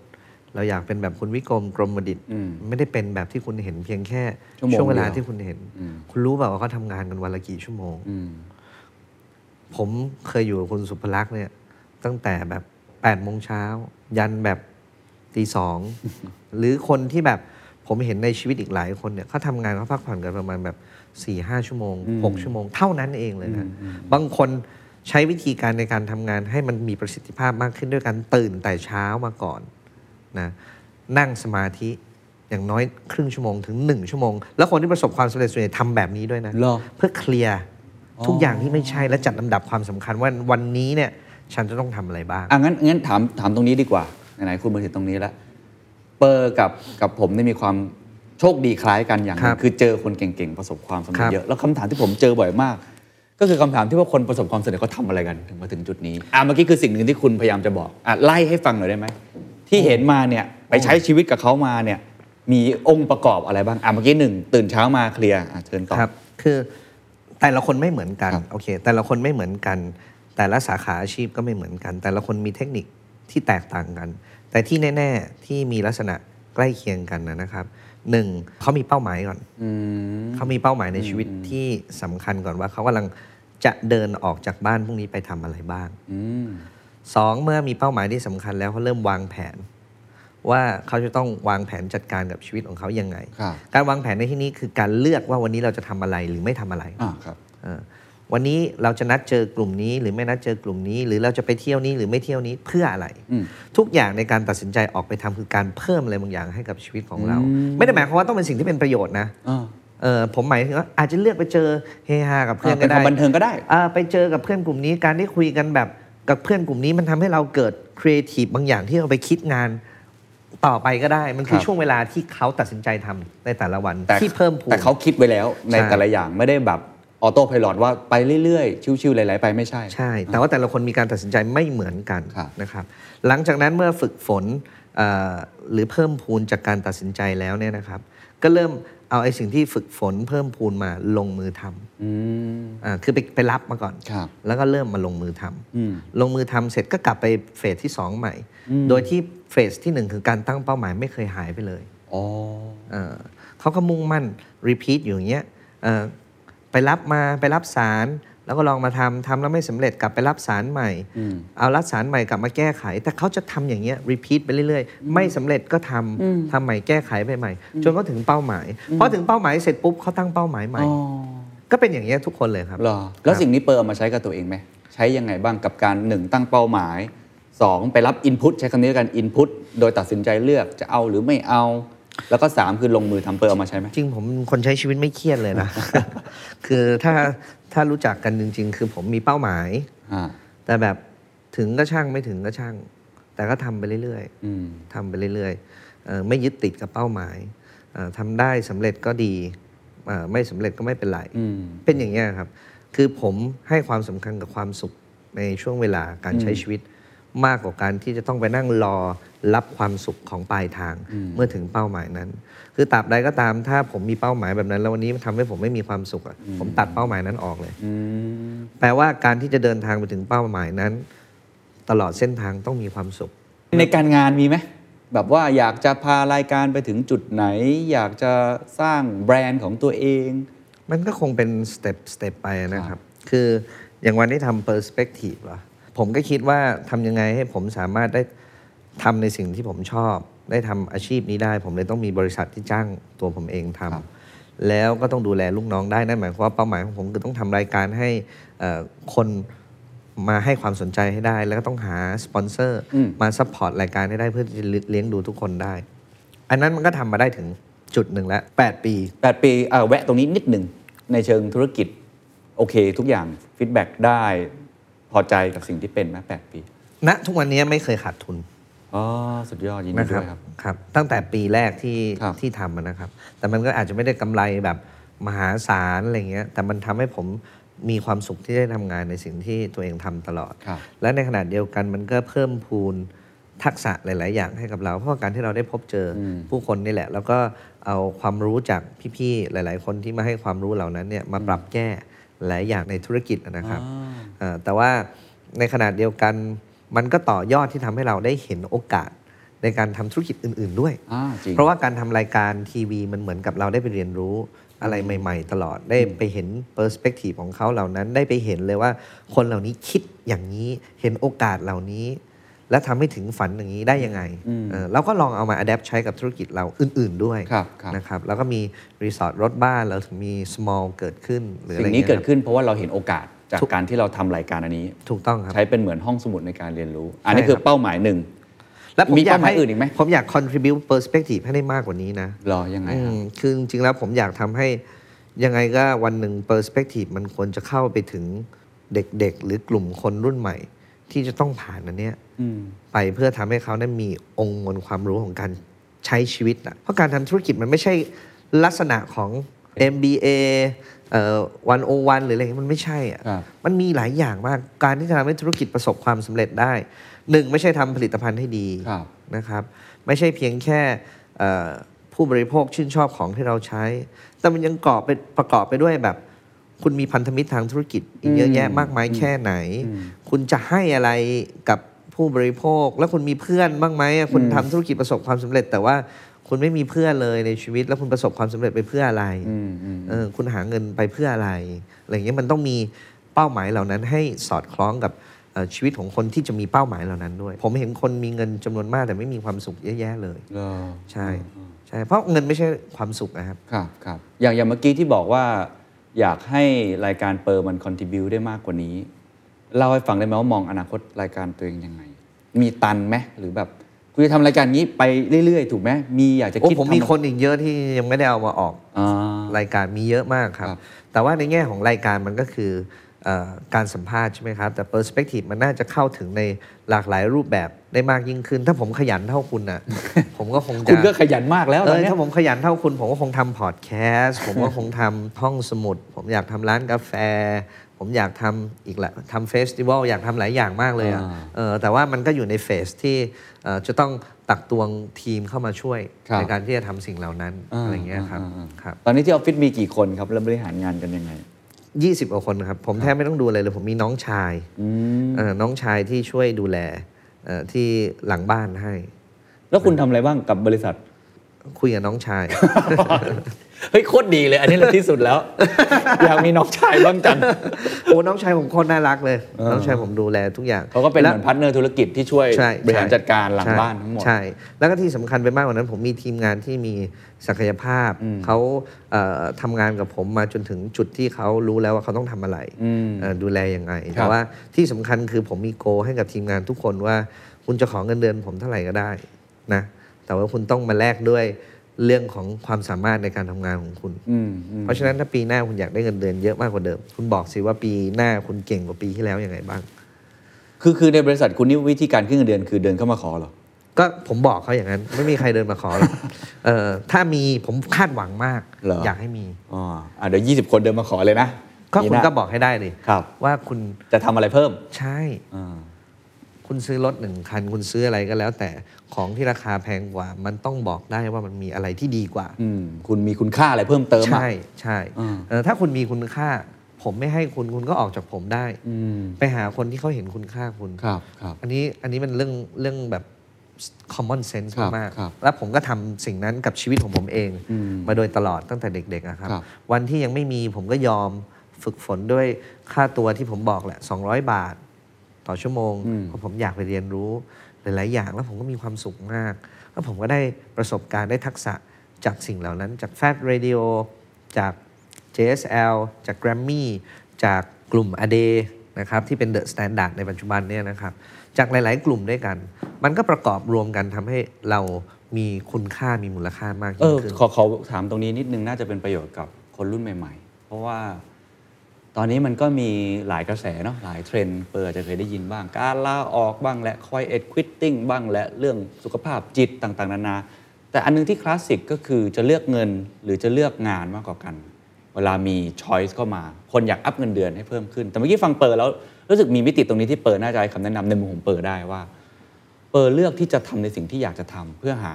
S1: เราอยากเป็นแบบคุณวิกรมกรมดิต
S2: อืม
S1: ไม่ได้เป็นแบบที่คุณเห็นเพียงแค่
S2: ชั่วโมง
S1: ช่วงเวลา
S2: เดียว
S1: ที่คุณเห็น
S2: อืม
S1: คุณรู้เปล่าว่าเขาทำงานกันวันละกี่ชั่วโมง
S2: อืม
S1: ผมเคยอยู่กับคุณสุภลักษณ์เนี่ย ตั้งแต่แบบ8ปดโมงเช้า ยันแบบตีสอง หรือคนที่แบบผมเห็นในชีวิตอีกหลายคนเนี่ยเขาทำงานเขาพักผ่อนกันประมาณแบบ4ี่ห้าชั่วโมง
S2: อืม
S1: 6ชั่วโมง เท่านั้นเองเลยนะ บางคนใช้วิธีการในการทำงานให้มันมีประสิทธิภาพมากขึ้นด้วยการตื่นแต่เช้ามาก่อนนะนั่งสมาธิอย่างน้อยครึ่งชั่วโมงถึง 1 ชั่วโมง แล้วคนที่ประสบความสำเร็จส่วนใหญ่ทำแบบนี้ด้วยนะ
S2: รอ
S1: เพื่อเคลียร์
S2: อ๋อ
S1: ทุกอย่างที่ไม่ใช่และจัดลำดับความสำคัญว่าวันนี้เนี่ย ฉันจะต้องทำอะไรบ้าง
S2: อ่ะงั้นงั้นถามถามตรงนี้ดีกว่าไหนๆคุณมาถึงตรงนี้แล้วเปอร์กับกับผมได้มีความ โชคดีคล้ายกันอย่างห
S1: ค
S2: นึ่
S1: รั
S2: ง
S1: บ
S2: คือเจอคนเก่งๆประสบความสำ
S1: ค
S2: เร็
S1: รั
S2: จ
S1: บ
S2: เยอะ แล้วคำถามที่ผมเจอบ่อยมาก ก็คือคำถามที่ว่าคนประสบความสำเร็จเขาทำอะไรกันถึงมาถึงจุดนี้อ่ะเมื่อกี้คือสิ่งหนึ่งที่คุณพยายามจะบอกอ่ะไล่ให้ฟังหน่อยได้ไหมที่เห็นมาเนี่ยไปใช้ชีวิตกับเขามาเนี่ยมีองค์ประกอบอะไรบ้างอ่ะเมื่อกี้หนึ่งตื่นเช้ามาเคลียร์อ่ะเชิญต่อ
S1: ครับ คือแต่ละคนไม่เหมือนกัน
S2: ครับ
S1: โอเค แต่ละคนไม่เหมือนกัน แต่ละสาขาอาชีพก็ไม่เหมือนกัน แต่ละคนมีเทคนิคที่แตกต่างกัน แต่ที่แน่ ๆ ที่มีลักษณะใกล้เคียงกันนะนะครับหนึ่งเขามีเป้าหมายก่อน
S2: อืม
S1: เขามีเป้าหมายในชีวิตที่สำคัญก่อนว่าเขากำลังจะเดินออกจากบ้านพรุ่งนี้ไปทำอะไรบ้าง
S2: อืม
S1: สองเมื่อมีเป้าหมายที่สำคัญแล้วเขาเริ่มวางแผน ว่าเขาจะต้องวางแผนจัดการกับชีวิตของเขายังไง
S2: ครับ
S1: การวางแผนในที่นี้คือการเลือกว่าวันนี้เราจะทำอะไรหรือไม่ทำอะไร
S2: อ่าครับ
S1: เออวันนี้เราจะนัดเจอกลุ่มนี้ หรือไม่นัดเจอกลุ่มนี้ หรือเราจะไปเที่ยวนี้หรือไม่เที่ยวนี้เพื่ออะไร
S2: อืม
S1: ทุกอย่างในการตัดสินใจออกไปทำคือการเพิ่มอะไรบางอย่างให้กับชีวิตของเรา
S2: อืม
S1: ไม่ได้หมายความว่าต้องเป็นสิ่งที่เป็นประโยชน์นะ
S2: อ่า
S1: เออผมหมายถึงว่าอาจจะเลือกไปเจอเฮฮากับเพื่อน
S2: เป็
S1: ก็
S2: นค
S1: ได้
S2: วามบันเทิงก็ได้
S1: อ่าไปเจอกับเพื่อนกลุ่มนี้การได้คุยกันแบบกับเพื่อนกลุ่มนี้มันทำให้เราเกิดครีเอทีฟบางอย่างที่เราไปคิดงานต่อไปก็ได้ มันคือ
S2: ครับ
S1: ช่วงเวลาที่เขาตัดสินใจทำในแต่ละวัน
S2: แต่
S1: ที่เพิ่มพูน
S2: แต่เขาคิดไว้แล้วใน
S1: ใช่
S2: แต่ละอย่างไม่ได้แบบออโต้ไพลอตว่าไปเรื่อยๆ ชิวๆไหลายๆไปไม่ใช่
S1: ใช่ แต่ว่าแต่ละคนมีการตัดสินใจไม่เหมือนกัน
S2: ครับ
S1: นะครับ หลังจากนั้นเมื่อฝึกฝนเอ่อหรือเพิ่มพูนจากการตัดสินใจแล้วเนี่ยนะครับ ก็เริ่มเอาไอ้สิ่งที่ฝึกฝนเพิ่มพูนมาลงมือทำ
S2: อืม
S1: อ่าคือไปไปรับมาก่อน
S2: ครับ
S1: แล้วก็เริ่มมาลงมือทำ
S2: อืม
S1: ลงมือทำเสร็จก็กลับไปเฟสที่ 2 ใหม่
S2: อืม
S1: โดยที่เฟสที่ 1 คือการตั้งเป้าหมายไม่เคยหายไปเลย
S2: อ๋อ
S1: เอ่อเขาก็มุ่งมั่นรีพีทอยู่อย่างเงี้ยเอ่อไปรับมาไปรับสารแล้วก็ลองมาทำทำแล้วไม่สำเร็จกลับไปรับสารใหม่
S2: อืม
S1: เอารับสารใหม่กลับมาแก้ไข แต่เขาจะทำอย่างเงี้ยรีพีทไปเรื่อยๆ ไม่สำเร็จก็ทำทำใหม่แก้ไขไปใหม่ จนเขาถึงเป้าหมายพอถึงเป้าหมายเสร็จปุ๊บเขาตั้งเป้าหมายใหม่
S2: อ๋อ
S1: ก็เป็นอย่างเงี้ยทุกคนเลยครับ
S2: เหรอ แล้วสิ่งนี้เปิลเอามาใช้กับตัวเองไหม ใช้ยังไงบ้างกับการหนึ่งตั้งเป้าหมายสองไปรับอินพุตใช้คำนี้แล้วกันอินพุตโดยตัดสินใจเลือกจะเอาหรือไม่เอา แล้วก็สามคือลงมือทำเปิลเอามาใช้ไหม
S1: จริงผมเป็นคนใช้ชีวิตไม่เครียดเลยนะ คือถ้าถ้ารู้จักกันจริง ๆ คือผมมีเป้าหมาย
S2: อ่า
S1: แต่แบบถึงก็ช่างไม่ถึงก็ช่าง แต่ก็ทำไปเรื่อย
S2: อืม
S1: ๆทำไปเรื่อยๆเอ่อไม่ยึดติดกับเป้าหมายเอ่อทำได้สำเร็จก็ดีเอ่อไม่สำเร็จก็ไม่เป็นไร
S2: อืม
S1: เป็นอย่างนี้ยครับ คือผมให้ความสำคัญกับความสุขในช่วงเวลาการใช้ชีวิต มากกว่าการที่จะต้องไปนั่งรอรับความสุขของปลายทางเมื่อถึงเป้าหมายนั้น คือตราบใดก็ตามถ้าผมมีเป้าหมายแบบนั้น แล้ววันนี้ทำให้ผมไม่มีความสุขอะผมตัดเป้าหมายนั้นออกเลย
S2: อืม
S1: แปลว่าการที่จะเดินทางไปถึงเป้าหมายนั้น ตลอดเส้นทางต้องมีความสุข
S2: ในการงานมีไหมแบบว่าอยากจะพารายการไปถึงจุดไหน อยากจะสร้างแบรนด์ของตัวเอง
S1: มันก็คงเป็นสเต็ปสเต็ปไปนะครับ คืออย่างวันที่ทำ perspective เหรอผมก็คิดว่าทำยังไงให้ผมสามารถได้ทำในสิ่งที่ผมชอบ ได้ทำอาชีพนี้ได้ ผมเลยต้องมีบริษัทที่จ้างตัวผมเองท
S2: ครับ
S1: ำแล้วก็ต้องดูแลลูกน้องได้ นั่นหมายความว่าเป้าหมายของผมคือต้องทำรายการให้เอ่อคนมาให้ความสนใจให้ได้ แล้วก็ต้องหาสปอนเซอร์มาซัพพอร์ตรายการให้ได้เพื่อที่จะเลี้ยงดูทุกคนได้ อันนั้นมันก็ทำมาได้ถึงจุดหนึ่งแล้ว8ปี
S2: 8 ปีเอ่อแวะตรงนี้นิดหนึ่งในเชิงธุรกิจ โอเคทุกอย่างฟีดแบ็กได้ พอใจกับสิ่งที่เป็นไหมแปดปี
S1: ณทุกวันนี้ไม่เคยขาดทุน
S2: อ๋อสุดยอดยินดี
S1: นะค
S2: ด้
S1: รับ
S2: วยครับ
S1: ครับตั้งแต่ปีแรกที่
S2: ครับ
S1: ที่ทำอะนะครับ แต่มันก็อาจจะไม่ได้กำไรแบบมหาศาลอะไรเงี้ยแต่มันทำให้ผมมีความสุขที่ได้ทำงานในสิ่งที่ตัวเองทำตลอด
S2: ครับ
S1: และในขณะเดียวกันมันก็เพิ่มพูนทักษะหลาย ๆ อย่างให้กับเรา เพราะว่าการที่เราได้พบเจออ
S2: ม
S1: ผู้คนนี่แหละ แล้วก็เอาความรู้จากพี่ ๆ หลาย ๆ คนที่มาให้ความรู้เหล่านั้นเนี่ยมาปรับแก้หลายอย่างในธุรกิจอะนะครับ เอ่อแต่ว่าในขนาดเดียวกันมันก็ต่อยอดที่ทำให้เราได้เห็นโอกาสในการทำธุรกิจอื่น ๆ ด้วย
S2: อ่าจริง
S1: เพราะว่าการทำรายการทีวีมันเหมือนกับเราได้ไปเรียนรู้อะไรใหม่ ๆ ตลอดได้ไปเห็นเปอร์สเปกทีฟของเขาเหล่านั้นได้ไปเห็นเลยว่าคนเหล่านี้คิดอย่างนี้เห็นโอกาสเหล่านี้ และทำให้ถึงฝันอย่างนี้ได้ยังไง
S2: อืม
S1: เออเราก็ลองเอามาอัดแอปใช้กับธุรกิจเราอื่น ๆ ด้วย
S2: ครับครับ
S1: นะครับแล้วก็มีรีสอร์ทรถบ้านเราถึงมี small เกิดขึ้นหรืออะ
S2: สิ่
S1: ไรง
S2: นี้
S1: งี้ย
S2: เกิด
S1: ครับ
S2: ขึ้นเพราะว่าเราเห็นโอกาสจาก
S1: ถูก
S2: การที่เราทำรายการอันนี้
S1: ถูกต้องครับ
S2: ใช้เป็นเหมือนห้องสมุดในการเรียนรู้ อัน
S1: ใช่
S2: นี้คื
S1: ค
S2: อ
S1: รับ
S2: เป้าหมายหนึ่ง
S1: แล้วผม
S2: มี
S1: อยาก
S2: เป้าหมาย
S1: ให้
S2: อื่นอีกไหม
S1: ผมอยาก contribute perspective ให้ได้มากกว่านี้นะ
S2: รอยังไง
S1: อื
S2: ครับ
S1: มคือจริงๆ แล้วผมอยากทำให้ยังไงก็วันหนึ่ง perspective มันควรจะเข้าไปถึงเด็กๆ หรือกลุ่มคนรุ่นใหม่ ที่จะต้องผ่านอันเนี้ย
S2: อืม
S1: ไปเพื่อทำให้เขานั้นมีองค์มวลความรู้ของการ ใช้ชีวิตนะเพราะการทำธุรกิจมันไม่ใช่ลักษณะของ MBA วันโอวันหรืออะไรอย่างเงี้ยมันไม่ใช่อะ
S2: ครับ
S1: มันมีหลายอย่างมากการที่จะทำให้ธุรกิจประสบความสำเร็จได้หนึ่งไม่ใช่ทำผลิตภัณฑ์ให้ดี
S2: ครับ
S1: นะครับไม่ใช่เพียงแค่เอ่อผู้บริโภคชื่นชอบของที่เราใช้ แต่มันยังกรอบไปประกอบไปด้วยแบบ คุณมีพันธมิตรทางธุรกิจอีกเยอะแยะมากมายแค่ไหน คุณจะให้อะไรกับผู้บริโภค แล้วคุณมีเพื่อนบ้างไหมอะคุณทำธุรกิจประสบความสำเร็จ แต่ว่าคุณไม่มีเพื่อนเลยในชีวิต แล้วคุณประสบความสำเร็จไปเพื่ออะไรเออคุณหาเงินไปเพื่ออะไรอะไรอย่างเงี้ยมันต้องมีเป้าหมายเหล่านั้นให้สอดคล้องกับ เอ่อชีวิตของคนที่จะมีเป้าหมายเหล่านั้นด้วย ผมเห็นคนมีเงินจำนวนมากแต่ไม่มีความสุขเยอะแยะเลย
S2: เหรอ
S1: ใช่ ใช่ เพราะเงินไม่ใช่ความสุขนะครับ
S2: ครับครับอย่างอย่างเมื่อกี้ที่บอกว่า อยากให้รายการเปิร์มันคอนทิบิวได้มากกว่านี้เล่าให้ฟังได้ไหมว่ามองอนาคตรายการตัวเองยังไง มีตันไหมหรือแบบคุณจะทำรายการนี้ไปเรื่อยๆ ถูกไหมมีอยากจะ
S1: โอ้
S2: คิด
S1: ผม
S2: ทำ
S1: มีคนอีกเยอะที่ยังไม่ได้เอามาออก
S2: อ่า
S1: รายการมีเยอะมากครับ
S2: ครับ
S1: แต่ว่าในแง่ของรายการมันก็คือเอ่อการสัมภาษณ์ใช่ไหมครับ แต่เปอร์สเปกทีฟมันน่าจะเข้าถึงในหลากหลายรูปแบบได้มากยิ่งขึ้น ถ้าผมขยันเท่าคุณ นะ ผมก็คงจะ
S2: คุณก็ขยันมากแล้ว
S1: เอ
S2: ตอน
S1: อ
S2: เนี้ย
S1: ถ้าผมขยันเท่าคุณ ผมก็คงทำพอดแคสต์ ผมก็คงทำห้องสมุด ผมอยากทำร้านกาแฟ ผมอยากทำอีกละทำเฟสติวัลอยากทำหลายอย่างมากเลยอะ
S2: อ่า
S1: เออแต่ว่ามันก็อยู่ในเฟสที่เอ่อจะต้องตักตวงทีมเข้ามาช่วย
S2: ครับ
S1: ในการที่จะทำสิ่งเหล่านั้นอะไรอย่างเงี้ยครับ
S2: อ่าๆๆ
S1: ครับ
S2: ตอนนี้ที่ออฟฟิศมีกี่คนครับแล้วบริหารงานกันยังไง
S1: ยี่สิบกว่าคนครับ ผมแทบไม่ต้องดูอะไรเลย ผมมีน้องชาย
S2: อืม
S1: เอ่อน้องชายที่ช่วยดูแลเอ่อที่หลังบ้านให้
S2: แล้วคุณทำอะไรบ้างกับบริษัท
S1: คุยกับน้อง ชาย
S2: เฮ้ยโคตรดีเลย อันนี้แหละที่สุดแล้ว อยากมีน้องชายบ้างจัง
S1: โอ้น้องชายผมโคนน่ารักเลย
S2: เออ
S1: น้องชายผมดูแลทุกอย่าง
S2: เขาก็เป็นเห
S1: และ
S2: มือนพาร์ทเนอร์ธุรกิจที่ช่วย
S1: ใช่
S2: บริหาร
S1: ใช่
S2: จัดการหลัง
S1: ใช่
S2: บ้านทั้งหมด
S1: ใช่ แล้วก็ที่สำคัญไปมากกว่านั้น ผมมีทีมงานที่มีศักยภาพ เขาเอ่อทำงานกับผมมาจนถึงจุดที่เขารู้แล้วว่าเขาต้องทำอะไร
S2: อืม
S1: เอ่อดูแลยังไง
S2: ครั
S1: แต่
S2: บ
S1: ว่าที่สำคัญคือผมมีโกลให้กับทีมงานทุกคนว่า คุณจะขอเงินเดือนผมเท่าไหร่ก็ได้นะแต่ว่าคุณต้องมาแลกด้วยเรื่องของความสามารถในการทำงานของคุณ
S2: อืมอืม
S1: เพราะฉะนั้นถ้าปีหน้าคุณอยากได้เงินเดือนเยอะมากกว่าเดิม คุณบอกสิว่าปีหน้าคุณเก่งกว่าปีที่แล้วยังไงบ้าง
S2: คือคือในบริษัทคุณนี่วิธีการขึ้นเงินเดือนคือเดินเข้ามาขอเหรอ
S1: ก็ผมบอกเขาอย่างนั้น ไม่มีใครเดินมาขอหร อกเอ่อถ้ามีผมคาดหวังมาก
S2: เหรออ
S1: อยากให้มี
S2: อ๋ออ่ะเดี๋ยวยี่สิบคนเดินมาขอเลยนะ
S1: ก็คุณ
S2: มีหน้า
S1: ก็บอกให้ได้เลย
S2: ครับ
S1: ว่าคุณ
S2: จะทำอะไรเพิ่ม
S1: ใช่
S2: อ่า
S1: คุณซื้อรถหนึ่งคัน คุณซื้ออะไรก็แล้ว แต่ของที่ราคาแพงกว่า มันต้องบอกได้ว่ามันมีอะไรที่ดีกว่า
S2: อืมคุณมีคุณค่าอะไรเพิ่มเติมอ่ะ
S1: ใช่ใช่
S2: อืม
S1: เอ่อถ้าคุณมีคุณค่า ผมไม่ให้คุณคุณก็ออกจากผมได้
S2: อืม
S1: ไปหาคนที่เขาเห็นคุณค่าคุณ
S2: ครับครับ
S1: อันนี้อันนี้มันเรื่องเรื่องแบบ common sense
S2: ครับ
S1: มากๆ
S2: ครับ
S1: แล้วผมก็ทำสิ่งนั้นกับชีวิตของผมเอง
S2: อืม
S1: มาโดยตลอดตั้งแต่เด็กๆอะครับ
S2: ครับ
S1: วันที่ยังไม่มีผมก็ยอมฝึกฝนด้วยค่าตัวที่ผมบอกแหละ 200 บาท ต่อชั่วโมง
S2: อืม
S1: เพราะผมอยากไปเรียนรู้หลายๆอย่าง แล้วผมก็มีความสุขมาก แล้วผมก็ได้ประสบการณ์ได้ทักษะจากสิ่งเหล่านั้น จากแฟดเรดิโอจาก JSL จาก Grammy จากกลุ่ม a d a y นะครับที่เป็น The Standard ในปัจจุบันเนี่ยนะครับ จากหลาย ๆ กลุ่มด้วยกัน มันก็ประกอบรวมกันทำให้เรามีคุณค่ามีมูลค่ามาก
S2: เอ
S1: ยิ่ง
S2: อ
S1: ขึ้น
S2: ขอขอถามตรงนี้นิดนึงน่าจะเป็นประโยชน์กับคนรุ่นใหม่ ๆ เพราะว่าตอนนี้มันก็มีหลายกระแสเนาะหลายเทรนด์เปิดจะเคยได้ยินบ้าง การลาออกบ้างและคอยเอ็ดควิตติ้งบ้างและเรื่องสุขภาพจิตต่าง ๆ นานา แต่อันนึงที่คลาสสิกก็คือจะเลือกเงินหรือจะเลือกงานมากกว่ากัน เวลามีช้อยส์เข้ามา คนอยากอัพเงินเดือนให้เพิ่มขึ้น แต่เมื่อกี้ฟังเปิดแล้วรู้สึกมีมิติตรงนี้ที่เปิดน่าจะให้คำแนะนำในมุมของเปิดได้ว่า เปอร์เลือกที่จะทำในสิ่งที่อยากจะทำเพื่อหา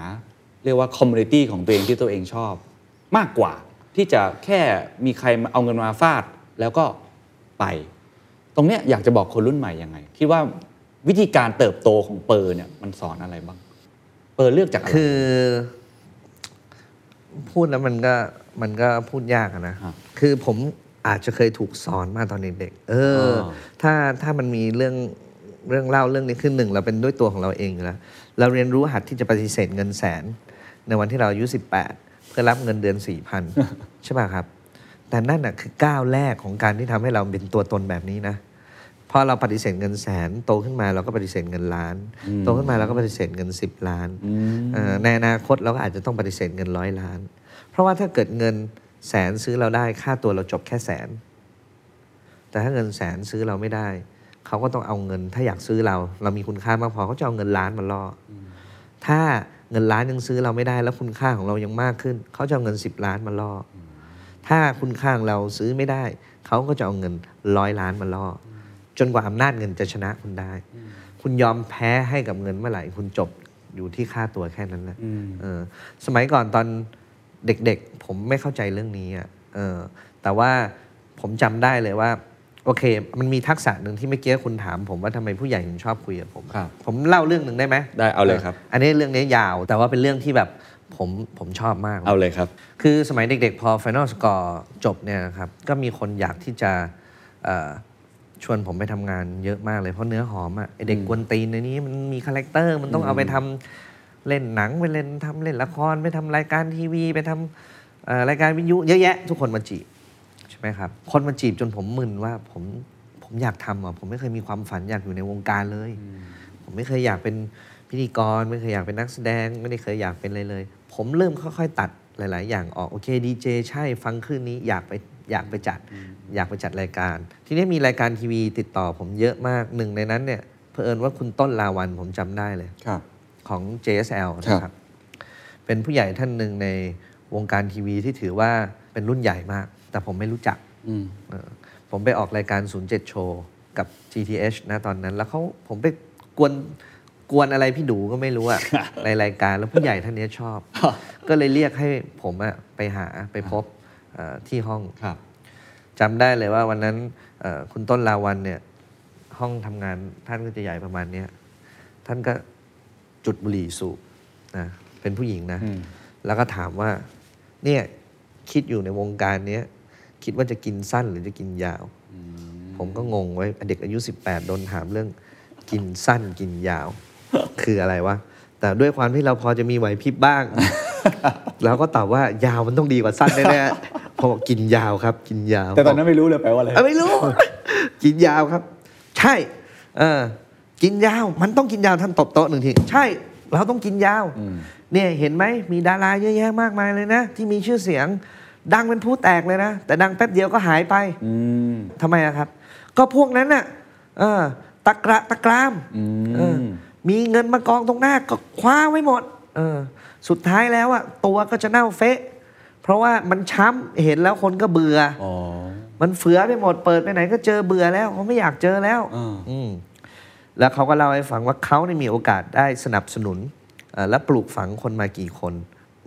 S2: เรียกว่าคอมมูนิตี้ของตัวเองที่ตัวเองชอบ มากกว่าที่จะแค่มีใครมาเอาเงินมาฟาด แล้วก็ไป ตรงเนี้ยอยากจะบอกคนรุ่นใหม่ยังไง คิดว่าวิธีการเติบโตของเปอร์เนี่ยมันสอนอะไรบ้าง เปอร์เลือกจากอะไร
S1: คือ พูดแล้วมันก็มันก็พูดยากอะนะ
S2: ครับ
S1: คือผมอาจจะเคยถูกสอนมาตอนเด็กๆเอออ
S2: อ
S1: ถ้าถ้ามันมีเรื่องเรื่องเล่าเรื่องนี้ขึ้นหนึ่งเราเป็นด้วยตัวของเราเองอยู่แล้ว เราเรียนรู้หัดที่จะปฏิเสธเงินแสน ในวันที่เราอายุ 18 เพื่อรับเงินเดือน 4,000 ใช่ป่ะครับ แต่นั่นน่ะคือก้าวแรกของการที่ทำให้เราเป็นตัวตนแบบนี้นะ พอเราปฏิเสธเงินแสน โตขึ้นมาเราก็ปฏิเสธเงินล้าน โตขึ้นมาเราก็ปฏิเสธเงิน 10 ล้านเอ่อในอนาคตเราก็อาจจะต้องปฏิเสธเงินร้อยล้าน เพราะว่าถ้าเกิดเงินแสนซื้อเราได้ค่าตัวเราจบแค่แสน แต่ถ้าเงินแสนซื้อเราไม่ได้ เขาก็ต้องเอาเงิน ถ้าอยากซื้อเรา เรามีคุณค่ามากพอเขาจะเอาเงินล้านมาล่ออถ้า เงินล้านยังซื้อเราไม่ได้แล้วคุณค่าของเรายังมากขึ้น เขาจะเอาเงิน 10 ล้านมาล่ออถ้าคุณค่าของเราซื้อไม่ได้ เขาก็จะเอาเงินร้อยล้านมาล่ออจนกว่าอำนาจเงินจะชนะคุณได้ คุณยอมแพ้ให้กับเงินเมื่อไหร่คุณจบอยู่ที่ค่าตัวแค่นั้นแหละ
S2: อืม
S1: เออสมัยก่อนตอนเด็กๆ ผมไม่เข้าใจเรื่องนี้อ่ะเออแต่ว่าผมจำได้เลยว่า โอเค มันมีทักษะหนึ่งที่เมื่อกี้คุณถาม ผมว่าทำไมผู้ใหญ่ถึงชอบคุยกับผม
S2: ครับ
S1: ผมเล่าเรื่องหนึ่งได้ไหม
S2: ได้เอาเลยครับ
S1: อันนี้เรื่องนี้ยาวแต่ว่าเป็นเรื่องที่แบบผมผมชอบมาก
S2: เอาเลยครับ
S1: คือสมัยเด็กๆ พอ Final Score จบเนี่ยนะครับ ก็มีคนอยากที่จะเอ่อชวนผมไปทำงานเยอะมากเลยเพราะเนื้อหอมอะ่ะไอ้เด็กกวนตีนในนี้มันมีคาแรคเตอร์มันต้องเอาไปทำเล่นหนังไปเล่นทำเล่นละครไปทำรายการทีวีไปทำเอ่อรายการวิทยุเยอะแยะ ทุกคนมาจีบ ใช่ไหมครับ คนมาจีบจนผมมึนว่าผมผมอยากทำอ่ะผมไม่เคยมีความฝันอยากอยู่ในวงการเลย ผมไม่เคยอยากเป็นพิธีกร ไม่เคยอยากเป็นนักแสดง ไม่ได้เคยอยากเป็นอะไรเลย ผมเริ่มค่อยๆ ตัดหลาย ๆ อย่างออกโอเคดีเจใช่ฟังคลื่นนี้อยากไปอยากไปจัด อยากไปจัดรายการ ทีนี้มีรายการทีวีติดต่อผมเยอะมากหนึ่งในนั้นเนี่ยเผอิญว่าคุณต้นลาวันผมจำได้เลย
S2: ครับ
S1: ของ JSL นะครับ เป็นผู้ใหญ่ท่านหนึ่งในวงการทีวีที่ถือว่าเป็นรุ่นใหญ่มาก แต่ผมไม่รู้จัก
S2: อืม
S1: เออผมไปออกรายการ 07 โชว์ กับ GTH นะตอนนั้น แล้วเขาผมไปกวนกวนอะไรพี่ดูก็ไม่รู้อะ ในรายการแล้วผู้ใหญ่ท่านเนี้ยชอบ ก็เลยเรียกให้ผมอะไปหาไปพบเอ่อที่ห้อง
S2: ครับ
S1: จำได้เลยว่าวันนั้นเอ่อคุณต้นลาวันเนี่ย ห้องทำงานท่านก็จะใหญ่ประมาณเนี้ยท่านก็จุดบุหรี่สูบนะเป็นผู้หญิงนะ
S2: อืม
S1: แล้วก็ถามว่า เนี่ยคิดอยู่ในวงการเนี้ยคิดว่าจะกินสั้นหรือจะกินยาว ผมก็งงไว้ยเด็กอายุ 18 โดนถามเรื่อง กินสั้นกินยาว คืออะไรวะ แต่ด้วยความที่เราพอจะมีไหวพริบบ้าง เราก็ตอบว่ายาวมันต้องดีกว่าสั้นแน่ๆพอบอกกินยาวครับ กินยาว
S2: แต่ตอนนั้นไม่รู้เลยแปลว่าอะไร
S1: เอ้ยไม่รู้ กินยาวครับ ใช่ เออ กินยาว มันต้องกินยาวท่านตบโต๊ะหนึ่งที ใช่ เราต้องกินยาว
S2: อืม
S1: เนี่ยเห็นไหม มีดาราเยอะแยะมากมายเลยนะ ที่มีชื่อเสียง ดังเป็นผู้แตกเลยนะ แต่ดังแป๊บเดียวก็หายไป
S2: อืม
S1: ทำไมอะครับ ก็พวกนั้นน่ะเออตะกระตะกราม
S2: อืม
S1: เออมีเงินมากองตรงหน้าก็คว้าไว้หมดเออสุดท้ายแล้วอะตัวก็จะเน่าเฟะ เพราะว่ามันช้ำเห็นแล้วคนก็เบื่อ
S2: อ๋อ
S1: มันเฟือไปหมดเปิดไปไหนก็เจอเบื่อแล้วเขาไม่อยากเจอแล้ว
S2: อ่า
S1: อืมแล้วเขาก็เล่าให้ฟังว่าเขาเนี่ยมีโอกาสได้สนับสนุนเอ่อและปลูกฝังคนมากี่คน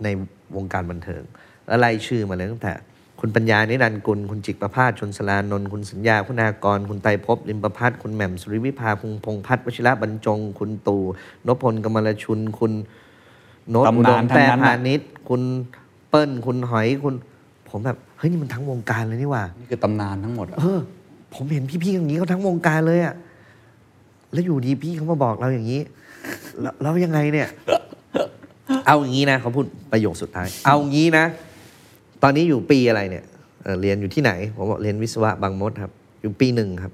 S1: ในวงการบันเทิงแล้วไล่ชื่อมาเลยตั้งแต่ คุณปัญญานิรันดร์กุล คุณจิกประภาสชนสลานนท์คุณสัญญา คุณากร คุณไตรภพลิมประพัฒน์คุณแหม่มสุริวิภาคุณพงษ์พัฒน์วชิระบรรจง คุณตู่นพพลกมลชุน คุณโนตอุด
S2: ตำนาม นทั้
S1: แต่
S2: งนั้น
S1: พา
S2: น่ะ
S1: นิชคุณเปิ้ลคุณหอยคุณ ผมแบบเฮ้ยนี่มันทั้งวงการเลยนี่หว่า
S2: นี่คือตำนานทั้งหมดอะ
S1: เออผมเห็นพี่ๆอย่างนี้เขาทั้งวงการเลยอะ่ะ แล้วอยู่ดีพี่เขามาบอกเราอย่างนี้ แล้วแล้วยังไงเนี่ย เอาอย่างนี้นะเขาพูดประโยคสุดท้าย เอางี้นะ ตอนนี้อยู่ปีอะไรเนี่ยเอ่อเรียนอยู่ที่ไหน ผมบอกเรียนวิศวะบางมดครับ อยู่ปีหนึ่งครับ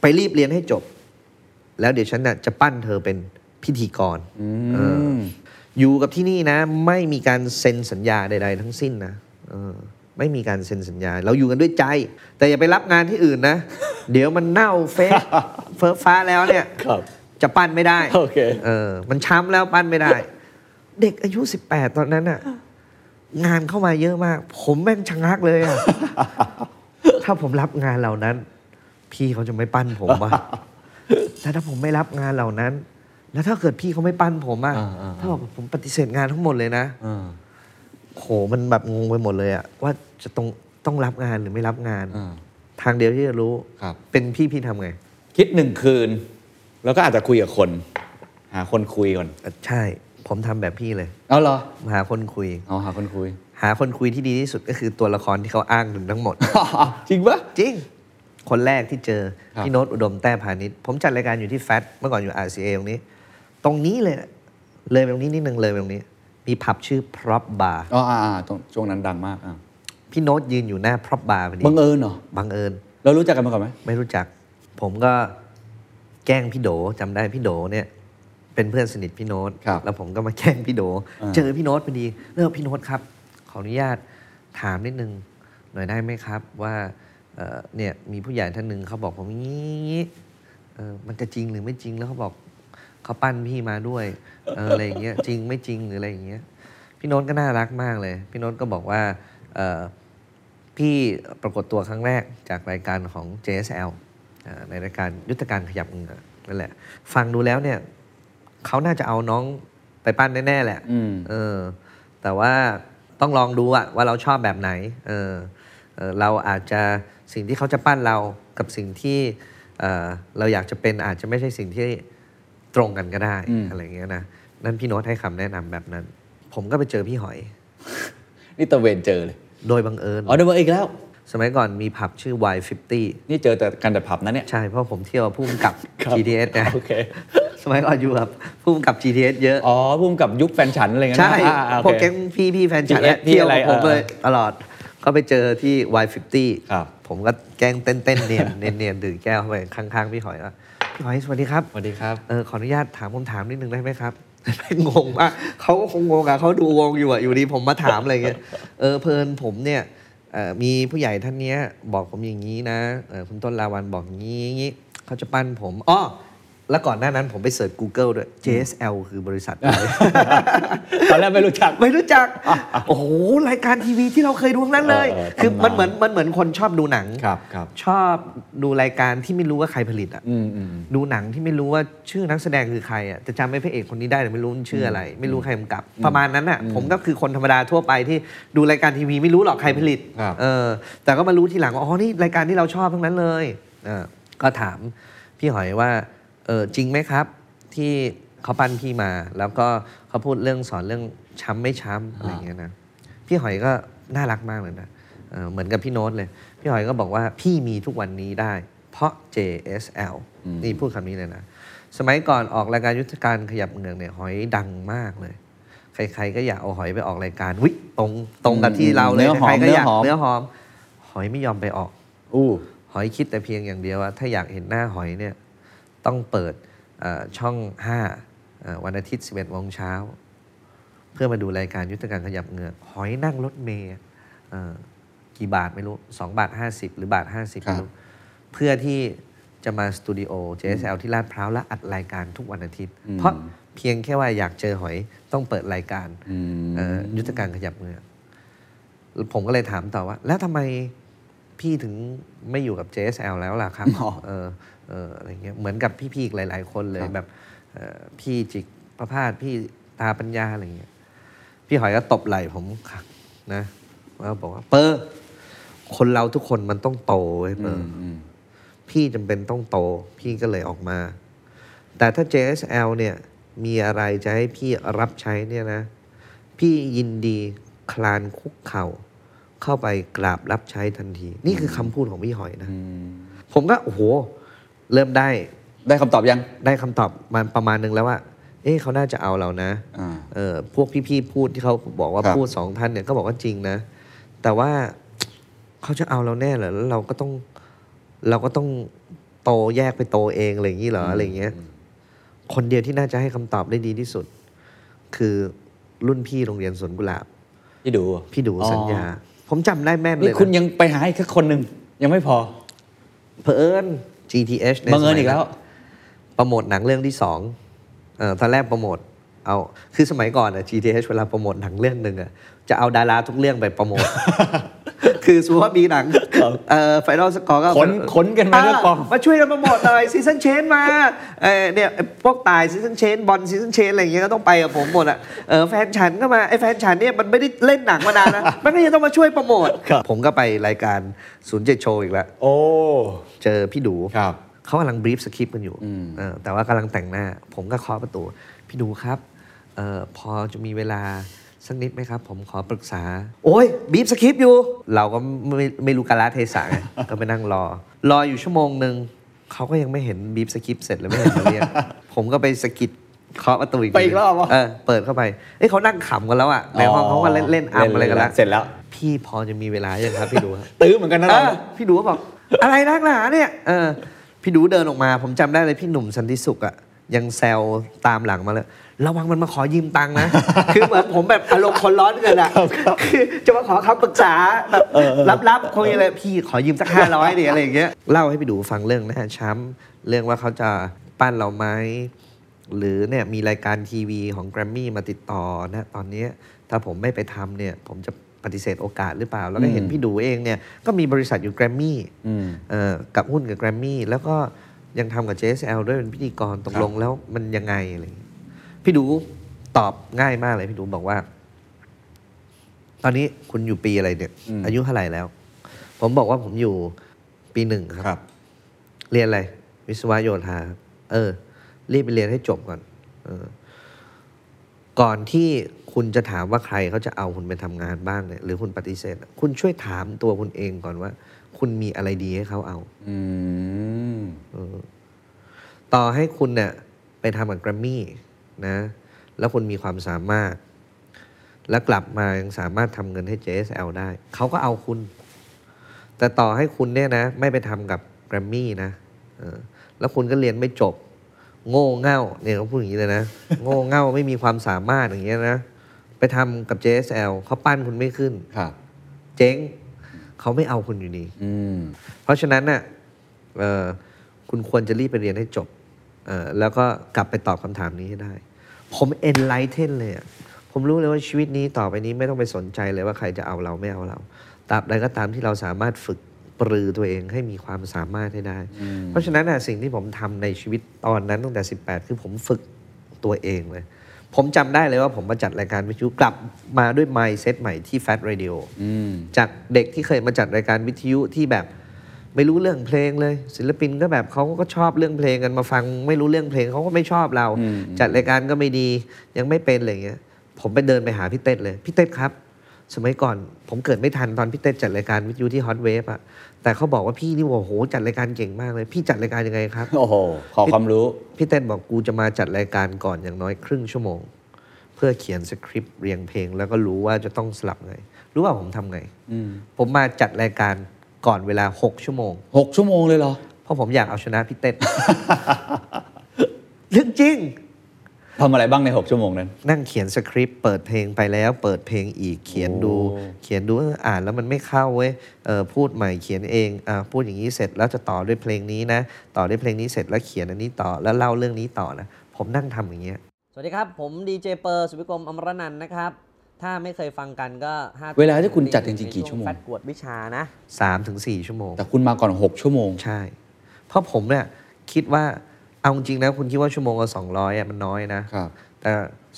S1: ไปรีบเรียนให้จบ แล้วเดี๋ยวฉันน่ะจะปั้นเธอเป็นพิธีกร
S2: อื
S1: เออ
S2: ม
S1: อยู่กับที่นี่นะ ไม่มีการเซ็นสัญญาใด ๆ ทั้งสิ้นนะเออไม่มีการเซ็นสัญญา เราอยู่กันด้วยใจ แต่อย่าไปรับงานที่อื่นนะ เดี๋ยวมันเน่าเฟะ เฟ้อฟ้าแล้วเนี่ย
S2: ครับ
S1: จะปั้นไม่ได้
S2: โอเค
S1: เออ มันช้ำแล้วปั้นไม่ได้ เด็กอายุ 18 ตอนนั้นอะงานเข้ามาเยอะมาก ผมแม่งชะงักเลย อะ ถ้าผมรับงานเหล่านั้น พี่เขาจะไม่ปั้นผมว่ะ แต่ถ้าผมไม่รับงานเหล่านั้น แล้วถ้าเกิดพี่เขาไม่ปั้นผมอะ
S2: อ่าอ่าอ่า
S1: ถ้าบอกผมปฏิเสธงานทั้งหมดเลยนะ
S2: เออ
S1: โหมันแบบงงไปหมดเลยอะว่าจะต้องต้องรับงานหรือไม่รับงาน
S2: อ่า
S1: ทางเดียวที่จะรู้
S2: ครับ
S1: เป็นพี่พี่ทำไง
S2: คิดหนึ่งคืน แล้วก็อาจจะคุยกับคน หาคนคุยก่อน
S1: เอ่อใช่ผมทำแบบพี่เลย
S2: เอาเหรอ
S1: หาคนคุย
S2: เอาหาคนคุย
S1: หาคนคุยที่ดีที่สุดก็คือตัวละครที่เขาอ้างถึงทั้งหมด
S2: จริงปะ
S1: จริง คนแรกที่เจอ
S2: ครับ
S1: พี่โน้ตอุดมแต้พาณิชย์ผมจัดรายการอยู่ที่แฟตเมื่อก่อนอยู่ RCA ตรงนี้ ตรงนี้เลยนะเลยไปตรงนี้นิดนึงเลยไปตรงนี้ มีผับชื่อพร็อพบาร์
S2: อ๋ออ่าอ่าตรงช่วงนั้นดังมากอ่ะ
S1: พี่โน้ตยืนอยู่หน้าพร็อพบาร์พอดี
S2: บังเอิญเหรอ
S1: บังเอิญ
S2: เรารู้จักกันมาก่อนไหม
S1: ไม่รู้จัก ผมก็แกล้งพี่โดจำได้พี่โดเนี่ย เป็นเพื่อนสนิทพี่โน้ต
S2: ครับ
S1: แล้วผมก็มาแกล้งพี่โด
S2: อ่า
S1: เจอพี่โน้ตพอดีเออพี่โน้ตครับ ขออนุญาตถามนิดนึง หน่อยได้ไหมครับ ว่าเอ่อเนี่ยมีผู้ใหญ่ท่านหนึ่งเขาบอกผมอย่างนี้อย่างนี้เออมันจะจริงหรือไม่จริงแล้วเขาบอก เขาปั้นพี่มาด้วยเอออะไรอย่างเงี้ยจริงไม่จริงหรืออะไรอย่างเงี้ยพี่โน้ตก็น่ารักมากเลย พี่โน้ตก็บอกว่าเอ่อพี่ปรากฏตัวครั้งแรกจากรายการของ JSL อ่าในรายการยุทธการขยับเหงื่อนั่นแหละ ฟังดูแล้วเนี่ยเขาน่าจะเอาน้องไปปั้นแน่ๆแหละ
S2: อืม
S1: เออแต่ว่าต้องลองดูอะว่าเราชอบแบบไหนเออเออเราอาจจะสิ่งที่เขาจะปั้นเรากับสิ่งที่เอ่อเราอยากจะเป็นอาจจะไม่ใช่สิ่งที่ตรงกันก็ได้
S2: อืม
S1: อะไรเงี้ยนะนั่นพี่โน้ตให้คำแนะนำแบบนั้น ผมก็ไปเจอพี่หอย
S2: นี่ตะเวนเจอเลย
S1: โดยบังเอิญ
S2: อ๋อเดนเวอร์อีกแล้ว
S1: สมัยก่อนมีผับชื่อ Y50
S2: นี่เจอแต่กันแต่ผับนะเนี่ย
S1: ใช่เพราะผมเที่ยวพุ่มกับ
S2: ครับ
S1: GTS นะ
S2: โอเค
S1: สมัยก่อนอยู่กับพุ่มกับ GTS เยอะ
S2: อ๋อพุ่มกับยุคแฟนฉันอะไรเงี้ยนะ
S1: ใช่
S2: อ่าอ่า
S1: พ
S2: โอ
S1: วก
S2: เค
S1: แก๊งพี่พี่แฟนฉัน
S2: พี่เอ
S1: เนี่ย
S2: พี่
S1: เที่ยว
S2: อะไร
S1: กับผม
S2: เออ
S1: เลยตลอด ก็ไปเจอที่ Y50
S2: ครับ
S1: ผมก็แกล้งเต้นเต้นๆเนียน เนียนเนียนดื่มแก้วเข้าไปข้างๆ พี่หอยว่าพี่หอยสวัสดีครับ
S2: สวัสดีครับ
S1: เออขออนุญาตถามคำถามนิดนึงได้ไหมครับ งงอ่ะเขาก็คงงงอ่ะเขาดูวงอยู่อ่ะอยู่ดีผมมาถามอะไรเงี้ยเออเพลินผมเนี่ยเอ่อมีผู้ใหญ่ท่านเนี้ยบอกผมอย่างนี้นะเออคุณต้นลาวันบอกอย่างนี้อย่างนี้เขาจะปั้นผมอ้อแล้วก่อนหน้านั้นผมไปเสิร์ช Google ด้วย JSL คือบริษัทอะไร
S2: ตอนแรกไม่รู้จัก
S1: ไม่รู้จัก โอ้โห รายการทีวีที่เราเคยดูทั้งนั้นเลย
S2: เออเออ
S1: คือ
S2: ตำนาน
S1: มันเหมือนมันเหมือนคนชอบดูหนัง
S2: ครับครับ
S1: ชอบดูรายการที่ไม่รู้ว่าใครผลิตอ่ะ
S2: อืมอืมอืม
S1: ดูหนังที่ไม่รู้ว่าชื่อนักแสดงคือใครอ่ะจะจำไม่พระเอกคนนี้ได้แต่ไม่รู้มันชื่ออะไร ไม่รู้ใครกำกับ ประมาณนั้นอ่ะ ผมก็คือคนธรรมดาทั่วไปที่ดูรายการทีวีไม่รู้หรอกใครผลิต
S2: ครับ
S1: เออ แต่ก็มารู้ทีหลังว่าอ๋อ นี่รายการที่เราชอบทั้งนั้นเลยเออก็ถามพี่หอยว่าเออจริงไหมครับ ที่เขาปั้นพี่มา แล้วก็เขาพูดเรื่องสอนเรื่องช้ำไม่ช้ำอะไรอย่างเงี้ยนะ พี่หอยก็น่ารักมากเลยนะเออเหมือนกับพี่โน้ตเลย พี่หอยก็บอกว่าพี่มีทุกวันนี้ได้ เพราะ JSL นี่พูดคำนี้เลยนะ สมัยก่อนออกรายการยุทธการขยับเหงือกเนี่ยหอยดังมากเลย ใคร ๆ ก็อยากเอาหอยไปออกรายการวิตรงตรงกับที่เราเลย
S2: เนื้อหอม
S1: ใครๆก็อยาก
S2: เนื้อหอม
S1: เนื้อหอม หอยไม่ยอมไปออก
S2: อู้
S1: หอยคิดแต่เพียงอย่างเดียวว่าถ้าอยากเห็นหน้าหอยเนี่ยต้องเปิดเอ่อช่อง5เอ่อวันอาทิตย์ 11โมงเช้า เพื่อมาดูรายการยุทธการขยับเหงือกหอยนั่งรถเมย์เอ่อกี่บาทไม่รู้ 2 บาท 50 หรือบาท 50ไม่รู้เพื่อที่จะมาสตูดิโอ JSL ที่ลาดพร้าวและอัดรายการทุกวันอาทิตย์
S2: อืม
S1: เพราะเพียงแค่ว่าอยากเจอหอยต้องเปิดรายการ
S2: อืม
S1: เอ่อยุทธการขยับเมืองผมก็เลยถามต่อว่า แล้วทำไมพี่ถึงไม่อยู่กับ JSL แล้วล่ะครับ
S2: อ๋อ
S1: เออเอออะไรเงี้ยเหมือนกับพี่ๆอีกหลาย ๆ คนเลยแบบเอ่อพี่จิกประพาสพี่ตาปัญญาอะไรเงี้ยพี่หอยก็ตบไหล่ผมค่ะนะแล้วบอกว่าเปอร์คนเราทุกคนมันต้องโตเว้ยเปอร์ พี่จำเป็นต้องโต พี่ก็เลยออกมา แต่ถ้า JSL เนี่ยมีอะไรจะให้พี่รับใช้เนี่ยนะ พี่ยินดีคลานคุกเข่า เข้าไปกราบรับใช้ทันที นี่คือคำพูดของพี่หอยนะ
S2: ม
S1: ผมก็ โอ้โห เริ่มได้
S2: ได้คำตอบยัง
S1: ได้คำตอบมาประมาณนึงแล้วว่า เอ๊ะเขาน่าจะเอาเรานะ
S2: อ่า
S1: เออพวกพี่ๆพูดที่เขาบอกว่า
S2: ครับ
S1: พูดสองท่านเนี่ยก็บอกว่าจริงนะ แต่ว่า เขาจะเอาเราแน่เหรอแล้วเราก็ต้องเราก็ต้องโตแยกไปโตเองอะไรอย่างนี้เหรออะไรอย่างเงี้ยคนเดียวที่น่าจะให้คำตอบได้ดีที่สุด คือรุ่นพี่โรงเรียนสวนกุหลาบ
S2: พี่ดู
S1: พี่ดู
S2: อ๋อ
S1: สัญญา ผมจำได้แม่นเลย
S2: นี่คุณ
S1: นะ
S2: ยังไปหาอีกแค่คนหนึ่งยังไม่พอ
S1: เพอเอิญ GTH ใน
S2: บังเอิ
S1: สมั
S2: ญ
S1: ย
S2: อีกแล้ว
S1: โปรโมทหนังเรื่องที่สองเออตอนแรกโปรโมทเอาคือสมัยก่อนอะ GTH เวลาโปรโมทหนังเรื่องหนึ่งอะจะเอาดาราทุกเรื่องไปโปรโมท คือสมมติว่ามีหนังเอ่อไฟนอลสกอร์ก็
S2: ขนขนกันมาเรื่องกอง
S1: มาช่วยกันโปรโมทหน่อยซีซันเชนมาเอ่อเนี่ยพวกตายซีซันเชนบอลซีซันเชนอะไรอย่างเงี้ยก็ต้องไปกับผมหมดอ่ะเออแฟนฉันก็มาไอ้แฟนฉันเนี่ยมันไม่ได้เล่นหนังมานาน นะ มันก็ยังต้องมาช่วยโปรโมท
S2: ครับ
S1: ผมก็ไปรายการศูนย์เจ็ดโชว์อีกแล้ว
S2: โอ้
S1: เจอพี่ดู
S2: ครับ
S1: เขากำลังบรีฟสคริปต์กันอยู่เออแต่ว่ากำลังแต่งหน้า ผมก็เคาะประตู พี่ดูครับเออพอจะมีเวลาสักนิดไหมครับ ผมขอปรึกษา โอ้ยบรีฟสคริปต์อยู่ เราก็ไม่ไม่รู้กาลเทศะไง ก็ไปนั่งรอ รออยู่ชั่วโมงหนึ่งเขาก็ยังไม่เห็นบรีฟสคริปต์เสร็จเลยไม่เห็นมาเรียก ผมก็ไปสะกิดเคาะประตูอีก
S2: ไปอีกรอบเหรอ
S1: เออเปิดเข้าไปเอ้ยเขานั่งขำกันแล้วอ่ะในห้องเขาก็เล่นเล่นอัมอะไรกันแล้ว
S2: เสร็จแล้ว
S1: พี่พอจะมีเวลายังครับพี่ดูครับ
S2: ตื้อเหมือนกันนะเรา
S1: เออพี่ดูก็บอก อะไรนักหนาเนี่ยเออพี่ดูเดินออกมา ผมจำได้เลยพี่หนุ่มสันติสุขอะยังแซวตามหลังมาเลยระวังมันมาขอยืมตังค์ นะ คือเหมือนผมแบบอารมณ์คนร้อนเงินอะคือจะมาขอคำปรึกษาแบบลับๆคงอะไรพี่ขอยืมสักห้าร้อยดิอะไรอย่างเงี้ยเล่าให้พี่ดูฟังเรื่องหน้าช้ำเรื่องว่าเขาจะปั้นเราไหม หรือเนี่ยมีรายการทีวีของแกรมมี่มาติดต่อนะตอนเนี้ยถ้าผมไม่ไปทำเนี่ยผมจะปฏิเสธโอกาสหรือเปล่า แล้วก็เห็น
S2: อืม
S1: พี่ดูเองเนี่ยก็มีบริษัทอยู่แกรมมี่
S2: อืม
S1: เอ่อกับหุ้นกับแกรมมี่แล้วก็ยังทำกับ JSL ด้วยเป็นพิธีกรตกลงแล้วมันยังไงอะไรอย่างเงี้ยพี่ดูตอบง่ายมากเลยพี่ดูบอกว่า ตอนนี้คุณอยู่ปีอะไรเนี่ย
S2: อืม
S1: อายุเท่าไหร่แล้ว ผมบอกว่าผมอยู่ปีหนึ่งครับ
S2: ครับ
S1: เรียนอะไร วิศวะโยธาครับเออ รีบไปเรียนให้จบก่อน เออ ก่อนที่คุณจะถามว่าใครเขาจะเอาคุณไปทำงานบ้างเนี่ยหรือคุณปฏิเสธอะคุณช่วยถามตัวคุณเองก่อนว่า คุณมีอะไรดีให้เขาเอา
S2: อืม
S1: เออต่อให้คุณเนี่ยไปทำกับแกรมมี่นะ แล้วคุณมีความสามารถ แล้วกลับมายังสามารถทำเงินให้ JSL ได้ เขาก็เอาคุณ แต่ต่อให้คุณเนี่ยนะ ไม่ไปทำกับแกรมมี่นะเออแล้วคุณก็เรียนไม่จบ โง่เง่าเนี่ยเขาพูดอย่างนี้เลยนะ โง่เง่าไม่มีความสามารถอย่างเงี้ยนะ ไปทำกับ JSL เขาปั้นคุณไม่ขึ้น
S2: ครับ
S1: เจ๊ง เขาไม่เอาคุณอยู่ดี
S2: อืม
S1: เพราะฉะนั้นน่ะเอ่อคุณควรจะรีบไปเรียนให้จบเอ่อแล้วก็กลับไปตอบคำถามนี้ให้ได้ ผมเอ็นไลท์เทนเลยอะผมรู้เลยว่าชีวิตนี้ต่อไปนี้ไม่ต้องไปสนใจเลยว่าใครจะเอาเราไม่เอาเราตราบใดก็ตามที่เราสามารถฝึกปรือตัวเองให้มีความสามารถให้ได้ เพราะฉะนั้นน่ะสิ่งที่ผมทำในชีวิตตอนนั้นตั้งแต่ 18 คือผมฝึกตัวเองเลย ผมจำได้เลยว่าผมมาจัดรายการวิทยุกลับมาด้วยไมซ์เซตใหม่ที่ Fat Radio
S2: อืม
S1: จากเด็กที่เคยมาจัดรายการวิทยุที่แบบไม่รู้เรื่องเพลงเลย ศิลปินก็แบบเขาก็ชอบเรื่องเพลงกันมาฟัง ไม่รู้เรื่องเพลงเขาก็ไม่ชอบเรา
S2: อืม
S1: จัดรายการก็ไม่ดียังไม่เป็นอะไรเงี้ย ผมไปเดินไปหาพี่เต้เลยพี่เต้ครับ สมัยก่อน ผมเกิดไม่ทันตอนพี่เต้จัดรายการวิทยุที่ฮอตเวฟอะแต่เขาบอกว่าพี่นี่โอ้โหจัดรายการเก่งมากเลยพี่จัดรายการยังไงครับ
S2: โอ้โห ขอความรู้
S1: พี่เต้นบอกกูจะมาจัดรายการก่อนอย่างน้อยครึ่งชั่วโมง เพื่อเขียนสคริปต์เรียงเพลง แล้วก็รู้ว่าจะต้องสลับไง รู้ว่าผมทำไง
S2: อืม
S1: ผมมาจัดรายการก่อนเวลา 6 ชั่วโมง
S2: หกชั่วโมงเลยเหรอ
S1: เพราะผมอยากเอาชนะพี่เต้น เรื่องจริง
S2: ทำอะไรบ้างในหกชั่วโมงนั้น
S1: นั่งเขียนสคริปต์เปิดเพลงไปแล้ว เปิดเพลงอีกเขียนดู
S2: โอ้
S1: เขียนดูเอออ่านแล้วมันไม่เข้าเว้ยเออพูดใหม่เขียนเองอ่าพูดอย่างนี้เสร็จแล้วจะต่อด้วยเพลงนี้นะ ต่อด้วยเพลงนี้เสร็จแล้วเขียนอันนี้ต่อแล้วเล่าเรื่องนี้ต่อนะผมนั่งทำอย่างเงี้ย
S10: สวัสดีครับ ผมดีเจเปอร์สุวิกรมอมรนันท์นะครับ ถ้าไม่เคยฟังกันก็ห้า
S2: เวลาที่คุณจัดจริงๆกี่ชั่วโมง
S10: แฟดกวดวิชานะ
S1: สามถึงสี่ชั่วโมง
S2: แต่คุณมาก่อนหกชั่วโมง
S1: ใช่ เพราะผมเนี่ยคิดว่าเอาจริงนะ คุณคิดว่าชั่วโมงละสองร้อยมันน้อยนะ
S2: ครับ
S1: แต่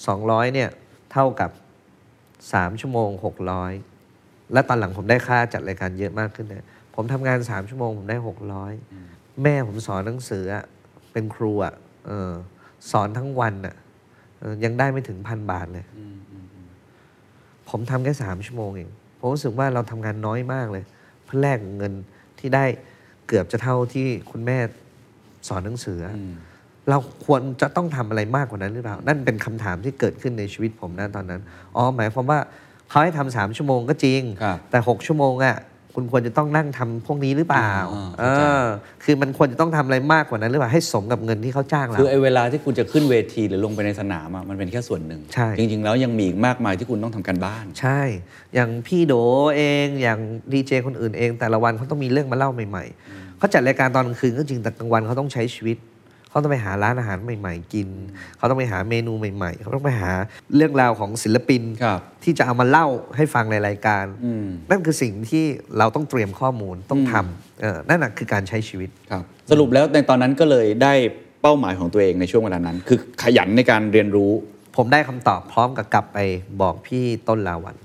S1: สองร้อยเนี่ยเท่ากับสามชั่วโมงหกร้อยและตอนหลังผมได้ค่าจัดรายการเยอะมากขึ้นเนี่ยผมทำงานสามชั่วโมงผมได้หกร้อยแม่ผมสอนหนังสืออะเป็นครูอะเออสอนทั้งวันอะเออยังได้ไม่ถึงพันบาทเลย ผมทำแค่สามชั่วโมงเองผมรู้สึกว่าเราทำงานน้อยมากเลย เพื่อแลกเงินที่ได้เกือบจะเท่าที่คุณแม่สอนหนังสืออะ เราควรจะต้องทำอะไรมากกว่านั้นหรือเปล่า นั่นเป็นคำถามที่เกิดขึ้นในชีวิตผมนะตอนนั้น อ๋อ หมายความว่าเขาให้ทำสามชั่วโมงก็จริง
S2: ครับ
S1: แต่หกชั่วโมงอะ่ะ คุณควรจะต้องนั่งทำพวกนี้หรือเปล่า เออ คือมันควรจะต้องทำอะไรมากกว่านั้นหรือเปล่า ให้สมกับเงินที่เขาจ้างเรา
S2: คือไอ้เวลาที่คุณจะขึ้นเวทีหรือลงไปในสนามอะมันเป็นแค่ส่วนหนึ่ง
S1: ใช่
S2: จริง ๆ แล้วยังมีอีกมากมายที่คุณต้องทำการบ้าน
S1: ใช่ อย่างพี่โดเอง อย่างดีเจคนอื่นเอง แต่ละวันเขาต้องมีเรื่องมาเล่าใหม่ ๆ เขาจัดรายการตอนกลางคืนก็จริง แต่กลางวันเขาต้องใช้ชีวิต เขาต้องไปหาร้านอาหารใหม่ ๆ กิน เขาต้องไปหาเมนูใหม่ ๆ เขาต้องไปหาเรื่องราวของศิลปิน
S2: ครับ
S1: ที่จะเอามาเล่าให้ฟังในรายการ
S2: อืม
S1: นั่นคือสิ่งที่เราต้องเตรียมข้อมูลต้องท
S2: อืม
S1: ำเออนั่นแหะคือการใช้ชีวิต
S2: ครับ สรุปแล้วในตอนนั้นก็เลยได้เป้าหมายของตัวเองในช่วงเวลานั้น คือขยันในการเรียนรู้
S1: ผมได้คำตอบพร้อมกับกลับไปบอกพี่ต้นลาวัน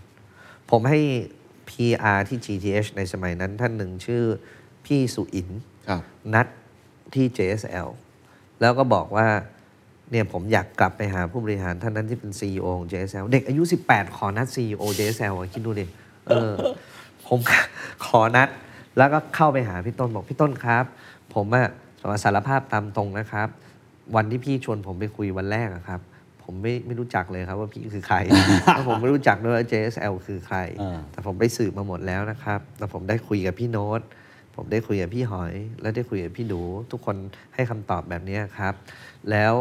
S1: ผมให้ PR ที่ GTH ในสมัยนั้นท่านหนึ่งชื่อพี่สุอิน
S2: ครับ
S1: นัดที่ JSL แล้วก็บอกว่าเนี่ยผมอยากกลับไปหาผู้บริหารท่านนั้นที่เป็น CEO ของ JSL เด็กอายุ 18 ขอนัด CEO JSL อะคิดดูดิเออ ผม ขอนัด แล้วก็เข้าไปหาพี่ต้นบอกพี่ต้นครับ ผมอะสารภาพตามตรงนะครับ วันที่พี่ชวนผมไปคุยวันแรกอะครับ ผมไม่ไม่รู้จักเลยครับว่าพี่ คือใคร แล้วผมไม่รู้จักด้วยว่า JSL คือใคร
S2: อ่า
S1: แต่ผมไปสืบมาหมดแล้วนะครับแต่ผมได้คุยกับพี่โน้ต ผมได้คุยกับพี่หอย และได้คุยกับพี่ดู ทุกคนให้คำตอบแบบนี้ครับ แล้ว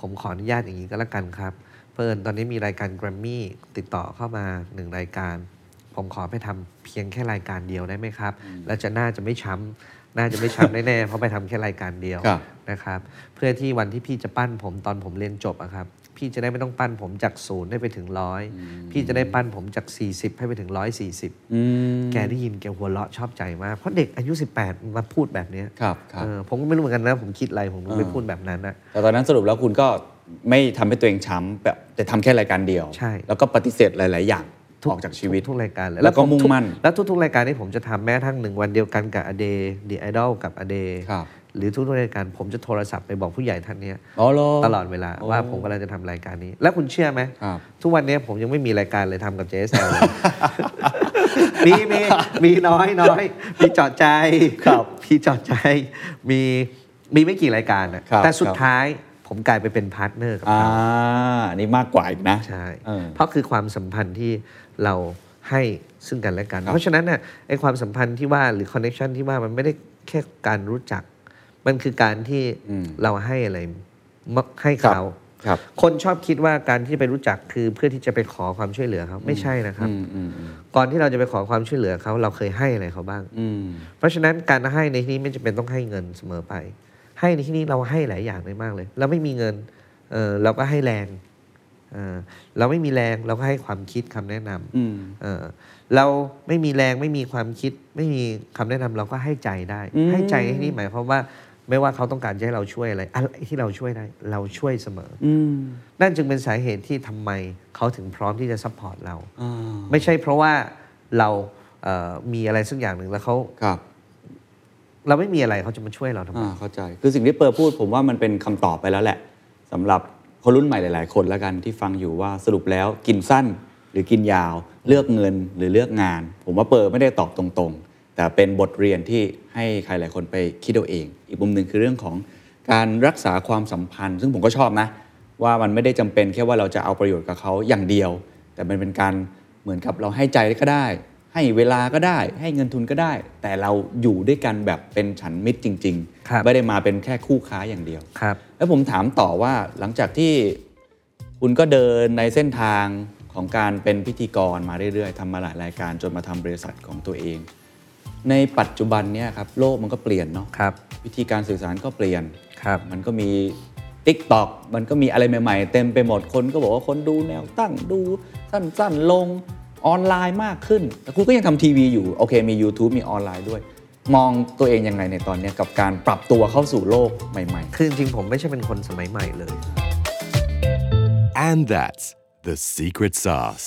S1: ผมขออนุญาตอย่างนี้ก็แล้วกันครับ เพิ่นตอนนี้มีรายการแกรมมี่ติดต่อเข้ามาหนึ่งรายการ ผ ผมขอไปทำเพียงแค่รายการเดียวได้ไหมครับ แล้วจะน่าจะไม่ช้ำน่าจะไม่ช้ำ แน่ๆเพราะไปทำแค่รายการเดียว
S2: ครับ
S1: นะครับ เพื่อที่วันที่พี่จะปั้นผมตอนผมเรียนจบอะครับ พี่จะได้ไม่ต้องปั้นผมจากศูนย์ให้ไปถึงร้อยพี่จะได้ปั้นผมจาก 40 ให้ไปถึง 140
S2: อืม
S1: แกได้ยินแกหัวเราะชอบใจมากเพราะเด็กอายุ 18 มาพูดแบบเนี้ย
S2: ครับครับ
S1: เออผมก็ไม่รู้เหมือนกันนะ ผมคิดอะไรผมก็ไม่
S2: เออ
S1: พูดแบบนั้นอะ
S2: แต่ตอนนั้นสรุปแล้วคุณก็ไม่ทำให้ตัวเองช้ำแบบแต่ทำแค่รายการเดียว
S1: ใช่
S2: แล้วก็ปฏิเสธหลาย ๆ อย่าง
S1: ทุ
S2: ออกจากชีวิต
S1: ทุกรายการเลย
S2: แล้วก็
S1: ผ
S2: มุ่งมั่น
S1: ทุกแล้วทุกๆรายการที่ผมจะทำแม้กระทั้งหนึ่งวันเดียวกันกับอเดย์ดีไอดอลกับอเดย์
S2: ครับ
S1: หรือทุกๆรายการผมจะโทรศัพท์ไปบอกผู้ใหญ่ท่านเนี้ย
S2: อ๋อเหร
S1: ตลอดเวลา
S2: โอ้
S1: ว่าผมกำลังจะทำรายการนี้ แล้วคุณเชื่อไหม
S2: ครับ
S1: ทุกวันเนี้ยผมยังไม่มีรายการเลยทำกับเจสแอล มีมีมีน้อยน้อยมีเจอดใจ
S2: ครับ
S1: มีเจอดใจมีมีไม่กี่รายการนะครับ แต่สุด
S2: ครับ
S1: ท้ายผมกลายไปเป็นพาร์ทเนอร์กับ
S2: อ่า
S1: เขา
S2: อันนี่มากกว่าอีกนะ
S1: ใช่
S2: เออ
S1: เพราะคือความสัมพันธ์ที่เราให้ซึ่งกันและกัน
S2: ครับ
S1: เพราะฉะนั้นเนี่ยไอ้ความสัมพันธ์ที่ว่าหรือคอนเน t ชันที่ว่ามันไม่ได้แค่การรู้จัก มันคือการที่
S2: อืม
S1: เราให้อะไรมะให้เขา
S2: ครับ
S1: คนชอบคิดว่าการที่ไปรู้จักคือเพื่อที่จะไปขอความช่วยเหลือเขาไม่ใช่นะครับ
S2: อืมอืมอืม
S1: ก่อนที่เราจะไปขอความช่วยเหลือเขาเราเคยให้อะไรเขาบ้าง
S2: อืม
S1: เพราะฉะนั้นการให้ในที่นี้ไม่จำเป็นต้องให้เงินเสมอไป ให้ในที่นี้เราให้หลายอย่างได้มากเลย เราไม่มีเงินเออเราก็ให้แรงเออเราไม่มีแรงเราก็ให้ความคิดคำแนะนำ
S2: อืม
S1: เออเราไม่มีแรงไม่มีความคิด ไม่มีคำแนะนำเราก็ให้ใจได้
S2: อืม
S1: ให้ใจในที่นี้หมายความว่าไม่ว่าเขาต้องการจะให้เราช่วยอะไรอะไรที่เราช่วยได้ เราช่วยเสมอ
S2: อืม
S1: นั่นจึงเป็นสาเหตุที่ทำไมเขาถึงพร้อมที่จะซัพพอร์ตเรา
S2: อ่า
S1: ไม่ใช่เพราะว่าเราเอ่อมีอะไรสักอย่างหนึ่งแล้วเขา
S2: ครับ
S1: เราไม่มีอะไรเขาจะมาช่วยเราทำไม
S2: อ่าเข้าใจ คือสิ่งที่เปิร์พูดผมว่ามันเป็นคำตอบไปแล้วแหละสำหรับคนรุ่นใหม่หลาย ๆ คนแล้วกันที่ฟังอยู่ว่าสรุปแล้วกินสั้นหรือกินยาว เลือกเงินหรือเลือกงาน ผมว่าเปิร์ไม่ได้ตอบตรง ๆ แต่เป็นบทเรียนที่ให้ใครหลายคนไปคิดเอาเอง อีกมุมหนึ่งคือเรื่องของการรักษาความสัมพันธ์ ซึ่งผมก็ชอบนะ ว่ามันไม่ได้จำเป็นแค่ว่าเราจะเอาประโยชน์กับเขาอย่างเดียว แต่มันเป็นการเหมือนกับเราให้ใจก็ได้ ให้เวลาก็ได้ ให้เงินทุนก็ได้ แต่เราอยู่ด้วยกันแบบเป็นฉันมิตรจริง
S1: ครับ
S2: ไม่ได้มาเป็นแค่คู่ค้าอย่างเดียว
S1: ครับ
S2: แล้วผมถามต่อว่าหลังจากที่คุณก็เดินในเส้นทางของการเป็นพิธีกรมาเรื่อยๆทำมาหลายรายการจนมาทำบริษัทของตัวเอง ในปัจจุบันเนี่ยครับโลกมันก็เปลี่ยนเนาะ
S1: ครับ
S2: วิธีการสื่อสารก็เปลี่ยน
S1: ครับ
S2: มันก็มี Tik t o อกมันก็มีอะไรใหม่ๆ เต็มไปหมดคนก็บอกว่าคนดูแนวตั้งดูสั้นๆ ลงออนไลน์มากขึ้น แต่คุณก็ยังทำทีวีอยู่ โอเคมี YouTube มีออนไลน์ด้วย มองตัวเองยังไงในตอนเนี้ยกับการปรับตัวเข้าสู่โลกใหม่
S1: คือจริงๆผมไม่ใช่เป็นคนสมัยใหม่เลย
S3: And that's the secret sauce.